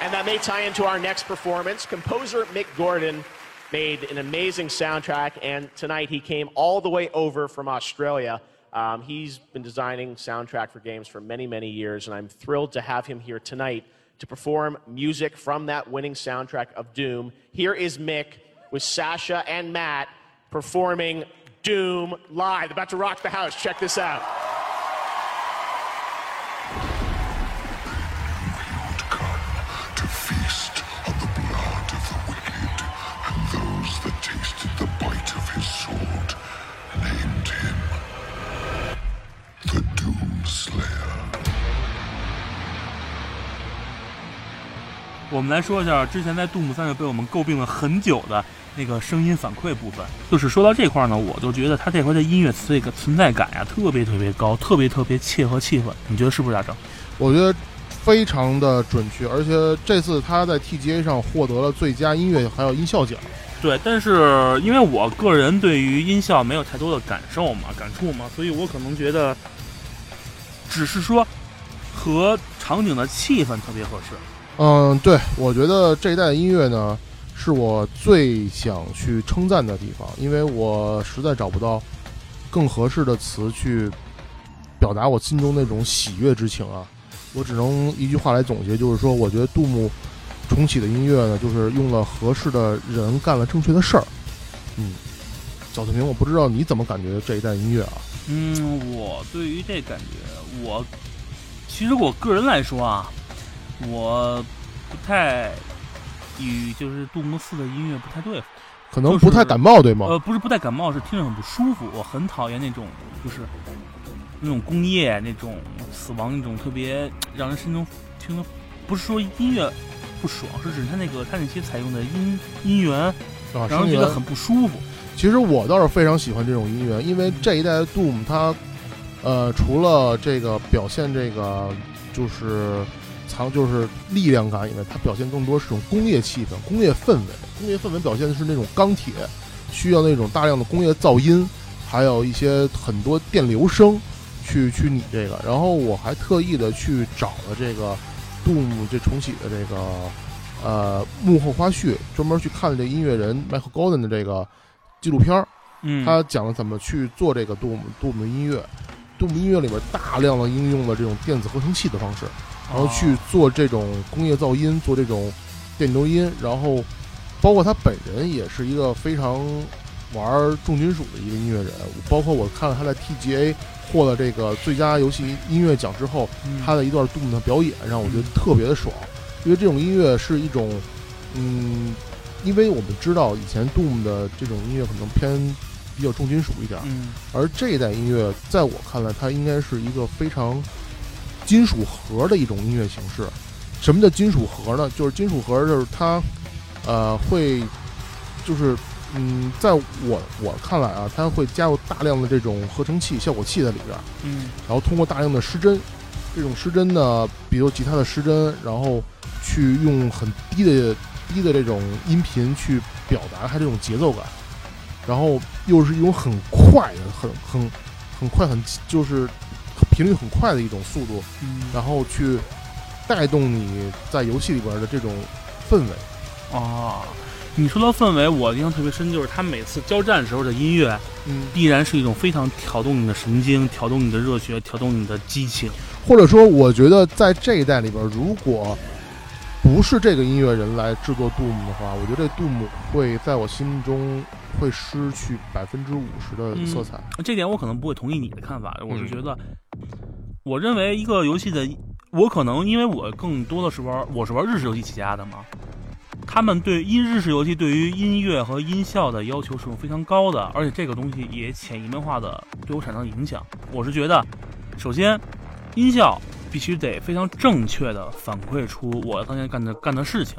Speaker 4: And that may tie into our next performance. Composer Mick Gordon made an amazing soundtrack, and tonight he came all the way over from Australia. Um, he's been designing soundtrack for games for many, many years, and I'm thrilled to have him here tonight to perform music from that winning soundtrack of Doom. Here is Mick with Sasha and Matt performing Doom live. About to rock the house. Check this out.
Speaker 5: come to feast on the blood of the wicked, and those that tasted the bite of his sword named him the Doomslayer.
Speaker 2: 我们来说一下之前在杜牧三月被我们诟病了很久的那个声音反馈部分。就是说到这块儿呢，我就觉得他这回的音乐这个存在感呀、啊特别特别高，特别特别切合气氛。你觉得是不是大正？
Speaker 1: 我觉得非常的准确，而且这次他在 TGA 上获得了最佳音乐还有音效奖。
Speaker 2: 对，但是因为我个人对于音效没有太多的感受嘛、感触嘛，所以我可能觉得，只是说和场景的气氛特别合适。
Speaker 1: 嗯，对，我觉得这一代的音乐呢，是我最想去称赞的地方，因为我实在找不到更合适的词去表达我心中那种喜悦之情啊。我只能一句话来总结，就是说，我觉得杜牧重启的音乐呢，就是用了合适的人干了正确的事儿。嗯，小透明，我不知道你怎么感觉这一代音乐啊？
Speaker 2: 嗯，我对于这感觉，我其实我个人来说啊，我不太与就是杜牧四的音乐不太对付，
Speaker 1: 可能
Speaker 2: 就是
Speaker 1: 不太感冒，对吗？
Speaker 2: 呃，不是不太感冒，是听着很不舒服。我很讨厌那种就是那种工业那种死亡那种特别让人心中听着不是说音乐不爽，是指它那个它那些采用的音音源，
Speaker 1: 啊，
Speaker 2: 让人
Speaker 1: 声
Speaker 2: 觉
Speaker 1: 源
Speaker 2: 得很不舒服。
Speaker 1: 其实我倒是非常喜欢这种音乐，因为这一代的 Doom 它，呃，除了这个表现这个就是藏就是力量感以外，它表现更多是种工业气氛、工业氛围。工业氛围表现的是那种钢铁，需要那种大量的工业噪音，还有一些很多电流声去去拟这个。然后我还特意的去找了这个 Doom 这重启的这个呃幕后花絮，专门去看了这音乐人 Michael Golden 的这个。纪录片儿，
Speaker 2: 嗯，
Speaker 1: 他讲了怎么去做这个 Doom Doom 的音乐。Doom 音乐里面大量的应用了这种电子合成器的方式，然后
Speaker 2: 哦
Speaker 1: 去做这种工业噪音，做这种电流音，然后包括他本人也是一个非常玩重金属的一个音乐人。包括我看了他在 TGA 获了这个最佳游戏音乐奖之后，
Speaker 2: 嗯
Speaker 1: 他的一段 Doom 的表演让我觉得特别的爽，因为这种音乐是一种，嗯，因为我们知道以前 Doom 的这种音乐可能偏比较重金属一点，
Speaker 2: 嗯
Speaker 1: 而这一代音乐在我看来，它应该是一个非常金属盒的一种音乐形式。什么叫金属盒呢？就是金属盒，就是它，呃，会，就是，嗯，在我我看来啊，它会加入大量的这种合成器、效果器在里边儿，
Speaker 2: 嗯
Speaker 1: 然后通过大量的失真，这种失真呢，比如吉他的失真，然后去用很低的低的这种音频去表达它这种节奏感，然后又是一种很快的、很很很快、很就是频率很快的一种速度，
Speaker 2: 嗯
Speaker 1: 然后去带动你在游戏里边的这种氛围。
Speaker 2: 哦，你说到氛围，我印象特别深，就是他每次交战时候的音乐，
Speaker 1: 嗯，
Speaker 2: 必然是一种非常挑动你的神经、挑动你的热血、挑动你的激情。
Speaker 1: 或者说，我觉得在这一代里边，如果不是这个音乐人来制作 Doom 的话，我觉得这 Doom 会在我心目中会失去百分之五十的色彩。
Speaker 2: 这点我可能不会同意你的看法，我是
Speaker 1: 嗯
Speaker 2: 觉得，我认为一个游戏的，我可能因为我更多的是玩，我是玩日式游戏起家的嘛，他们对音日式游戏对于音乐和音效的要求是非常高的，而且这个东西也潜移默化的对我产生了影响。我是觉得，首先，音效必须得非常正确的反馈出我当年干的干的事情，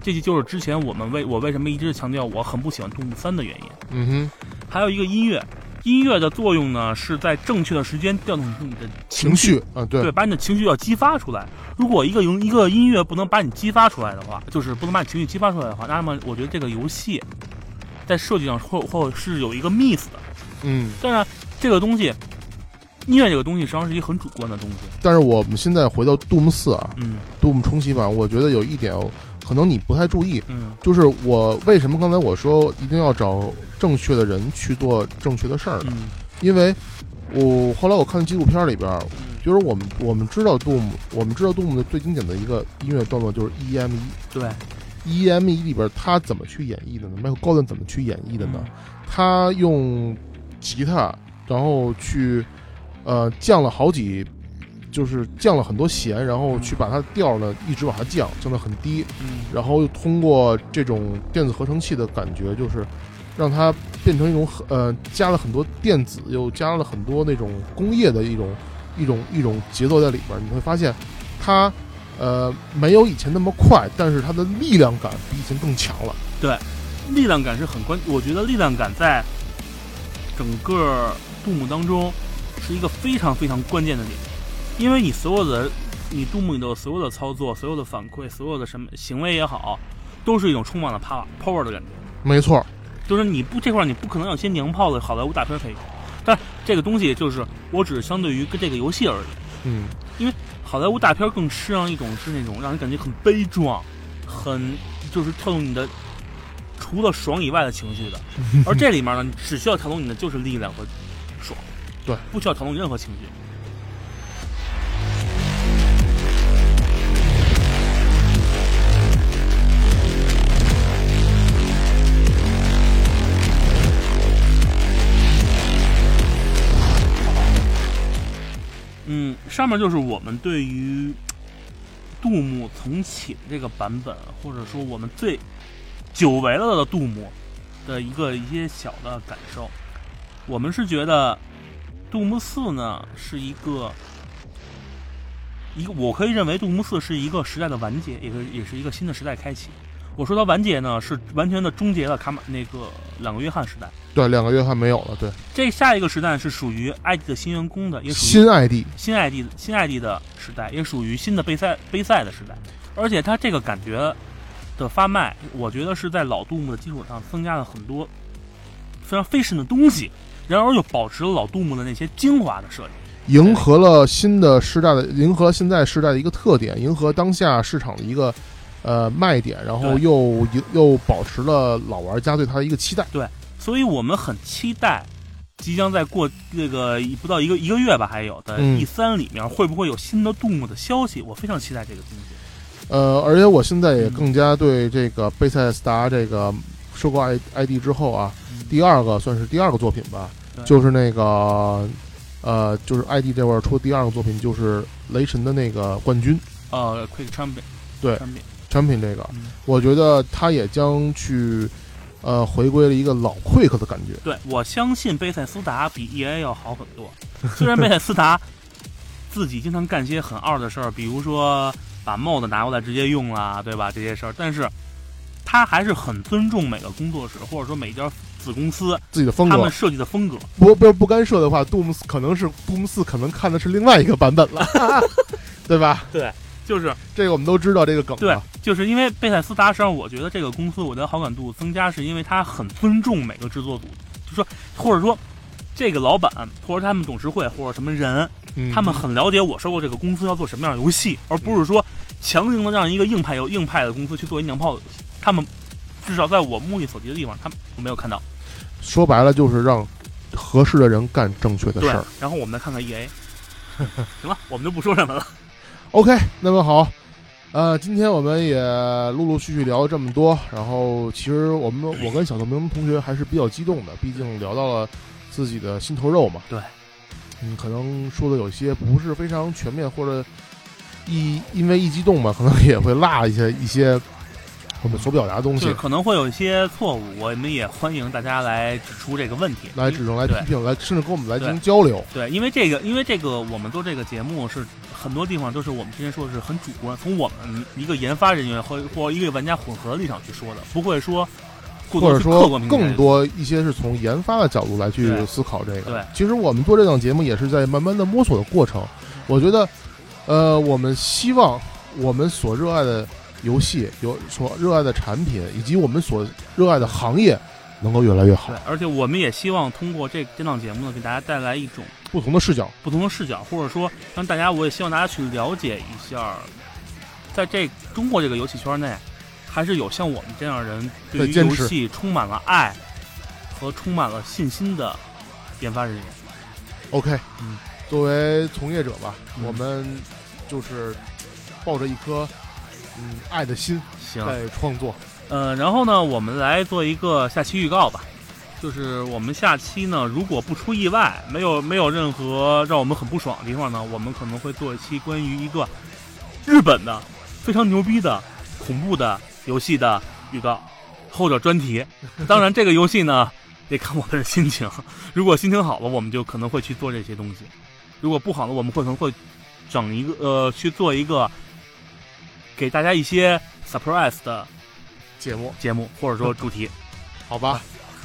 Speaker 2: 这就就是之前我们为我为什么一直强调我很不喜欢《动物三》的原因。
Speaker 1: 嗯
Speaker 2: 还有一个音乐，音乐的作用呢是在正确的时间调动出你的
Speaker 1: 情绪啊，对，
Speaker 2: 对，把你的情绪要激发出来。如果一个游一个音乐不能把你激发出来的话，就是不能把你情绪激发出来的话，那么我觉得这个游戏在设计上或或是有一个 miss 的。
Speaker 1: 嗯。
Speaker 2: 当然，这个东西，音乐这个东西实际上是一个很主观的东西。
Speaker 1: 但是我们现在回到 Doom 四啊
Speaker 2: 嗯
Speaker 1: ，Doom 重启版，我觉得有一点哦可能你不太注意，
Speaker 2: 嗯
Speaker 1: 就是我为什么刚才我说一定要找正确的人去做正确的事儿呢？
Speaker 2: 嗯
Speaker 1: 因为我后来我看纪录片里边，
Speaker 2: 嗯，
Speaker 1: 就是我们我们知道 Doom，我们知道 Doom 的最经典的一个音乐段落就是 E EM
Speaker 2: 对，
Speaker 1: 一，EM 一 E 里边他怎么去演绎的呢？Michael Golden 怎么去演绎的呢？
Speaker 2: 嗯
Speaker 1: 他用吉他，然后去呃降了好几，就是降了很多弦，然后去把它的调呢一直往下降，降到很低，
Speaker 2: 嗯
Speaker 1: 然后又通过这种电子合成器的感觉，就是让它变成一种很呃加了很多电子，又加了很多那种工业的一种一种一种节奏在里边儿。你会发现它呃没有以前那么快，但是它的力量感比以前更强了。
Speaker 2: 嗯，力量感是很关，我觉得力量感在整个杜牧当中是一个非常非常关键的点，因为你所有的你杜牧里头所有的操作、所有的反馈、所有的什么行为也好，都是一种充满了 power power 的感觉。
Speaker 1: 没错，
Speaker 2: 就是你不这块儿你不可能有些娘炮的好莱坞大片儿可以有，但是这个东西就是我只是相对于跟这个游戏而言，
Speaker 1: 嗯，
Speaker 2: 好莱坞大片儿更吃上一种是那种让人感觉很悲壮，很就是跳动你的除了爽以外的情绪的，而这里面呢，你只需要调动你的就是力量和爽，
Speaker 1: 对，
Speaker 2: 不需要调动任何情绪。嗯，上面就是我们对于杜牧重启这个版本，或者说我们最久违了的杜牧的一个一些小的感受。我们是觉得杜牧四呢是一个一个，我可以认为杜牧四是一个时代的完结，也是也是一个新的时代开启。我说到完结呢，是完全的终结了卡马那个两个约翰时代。
Speaker 1: 对，两个月还没有了，对，
Speaker 2: 这下一个时代是属于埃及的新员工的，也属 于
Speaker 1: 新 ID
Speaker 2: 新艾地新艾地的时代，也属于新的杯赛杯赛的时代。而且它这个感觉的发卖，我觉得是在老杜牧的基础上增加了很多非常 fashion 的东西，然而又保持了老杜牧的那些精华的设计。
Speaker 1: 迎合了新的时代的，迎合现在时代的一个特点，迎合当下市场的一个呃卖点，然后
Speaker 2: 对
Speaker 1: 又又保持了老玩家对它的一个期待。
Speaker 2: 所以我们很期待，即将在过那个一不到一个一个月吧，还有的
Speaker 1: 嗯
Speaker 2: E 三里面会不会有新的杜牧的消息？我非常期待这个东西。
Speaker 1: 呃，而且我现在也更加对这个贝塞斯达这个收购 I ID 之后啊，第二个算是第二个作品吧
Speaker 2: 对，
Speaker 1: 就是那个呃，就是 ID 这块儿出的第二个作品就是雷神的那个冠军
Speaker 2: 呃，Quick Champion，
Speaker 1: 对
Speaker 2: Champion
Speaker 1: 产品这个
Speaker 2: 嗯，
Speaker 1: 我觉得它也将去呃回归了一个老 Quick 的感觉。
Speaker 2: E 对，我相信贝塞斯达比 EA 要好很多。虽然贝塞斯达自己经常干些很二的事儿，比如说把帽子拿过来直接用啦，对吧？这些事儿，但是他还是很尊重每个工作室或者说每家子公司
Speaker 1: 自己的风
Speaker 2: 他
Speaker 1: 格
Speaker 2: 们，设计的风格。
Speaker 1: 不不不干涉的话，Doom 可能是 Doom 四可能看的是另外一个版本了，对吧？
Speaker 2: 就是
Speaker 1: 这个我们都知道这个梗
Speaker 2: 对
Speaker 1: 了，，
Speaker 2: 就是因为贝塞斯达，实际上我觉得这个公司我的好感度增加，是因为他很尊重每个制作组，就说或者说这个老板或者他们董事会或者什么人，
Speaker 1: 嗯
Speaker 2: 他们很了解我收购这个公司要做什么样的游戏，而不是说强行的让一个硬派游硬派的公司去做一娘炮的游戏。他们至少在我目力所及的地方，他们我没有看到。
Speaker 1: 说白了就是让合适的人干正确的
Speaker 2: 对啊
Speaker 1: 事儿。，
Speaker 2: 然后我们再看看 EA。行了，我们就不说什么了。
Speaker 1: OK，那么好，呃，今天我们也陆陆续续聊了这么多，然后其实我们我跟小透明同学还是比较激动的，毕竟聊到了自己的心头肉嘛。
Speaker 2: 对，
Speaker 1: 嗯，可能说的有些不是非常全面，或者一因为一激动嘛，可能也会落一些一些我们所表达的东
Speaker 2: 就是
Speaker 1: 西，
Speaker 2: 可能会有一些错误，我们也欢迎大家来指出这个问题。
Speaker 1: 来指正、来批
Speaker 2: 对
Speaker 1: 评、来甚至跟我们来进行
Speaker 2: 对
Speaker 1: 交流。
Speaker 2: 对，因为这个，因为这个，我们做这个节目是很多地方都是我们之前说的是很主观，从我们一个研发人员和或一个玩家混合的立场去说的，不会说过多
Speaker 1: 或者
Speaker 2: 去客
Speaker 1: 说
Speaker 2: 观评价这个
Speaker 1: 更多一些是从研发的角度来去
Speaker 2: 对
Speaker 1: 思考这个。
Speaker 2: 对嗯
Speaker 1: 其实我们做这档节目也是在慢慢的摸索的过程。我觉得，呃，我们希望我们所热爱的游戏、有所热爱的产品，以及我们所热爱的行业，能够越来越好
Speaker 2: 对，，而且我们也希望通过这这档节目呢，给大家带来一种
Speaker 1: 不同的视角。
Speaker 2: 不同的视角，或者说让大家，我也希望大家去了解一下，在这中国这个游戏圈内，还是有像我们这样人对于
Speaker 1: 在坚
Speaker 2: 游
Speaker 1: 持
Speaker 2: 戏充满了爱和充满了信心的研发人员。
Speaker 1: OK，
Speaker 2: 嗯
Speaker 1: 作为从业者吧，
Speaker 2: 嗯
Speaker 1: 我们就是抱着一颗嗯爱的心
Speaker 2: 行，
Speaker 1: 在创作。
Speaker 2: 呃，然后呢，我们来做一个下期预告吧。就是我们下期呢，如果不出意外，没有没有任何让我们很不爽的地方呢，我们可能会做一期关于一个日本的非常牛逼的恐怖的游戏的预告后者专题。当然，这个游戏呢，得看我们的心情。如果心情好了，我们就可能会去做这些东西；如果不好了，我们会可能会整一个呃去做一个给大家一些 surprise 的
Speaker 1: 节目，
Speaker 2: 节目或者说主题。
Speaker 1: 好吧，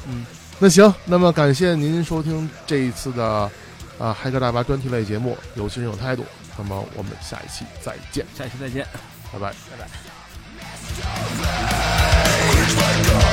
Speaker 2: 嗯，
Speaker 1: 那行，那么感谢您收听这一次的啊、呃、嗨歌大巴专题类节目《有心人有态度》，那么我们下一期再见，
Speaker 2: 下期再见。
Speaker 1: 拜拜。
Speaker 5: Reach my God.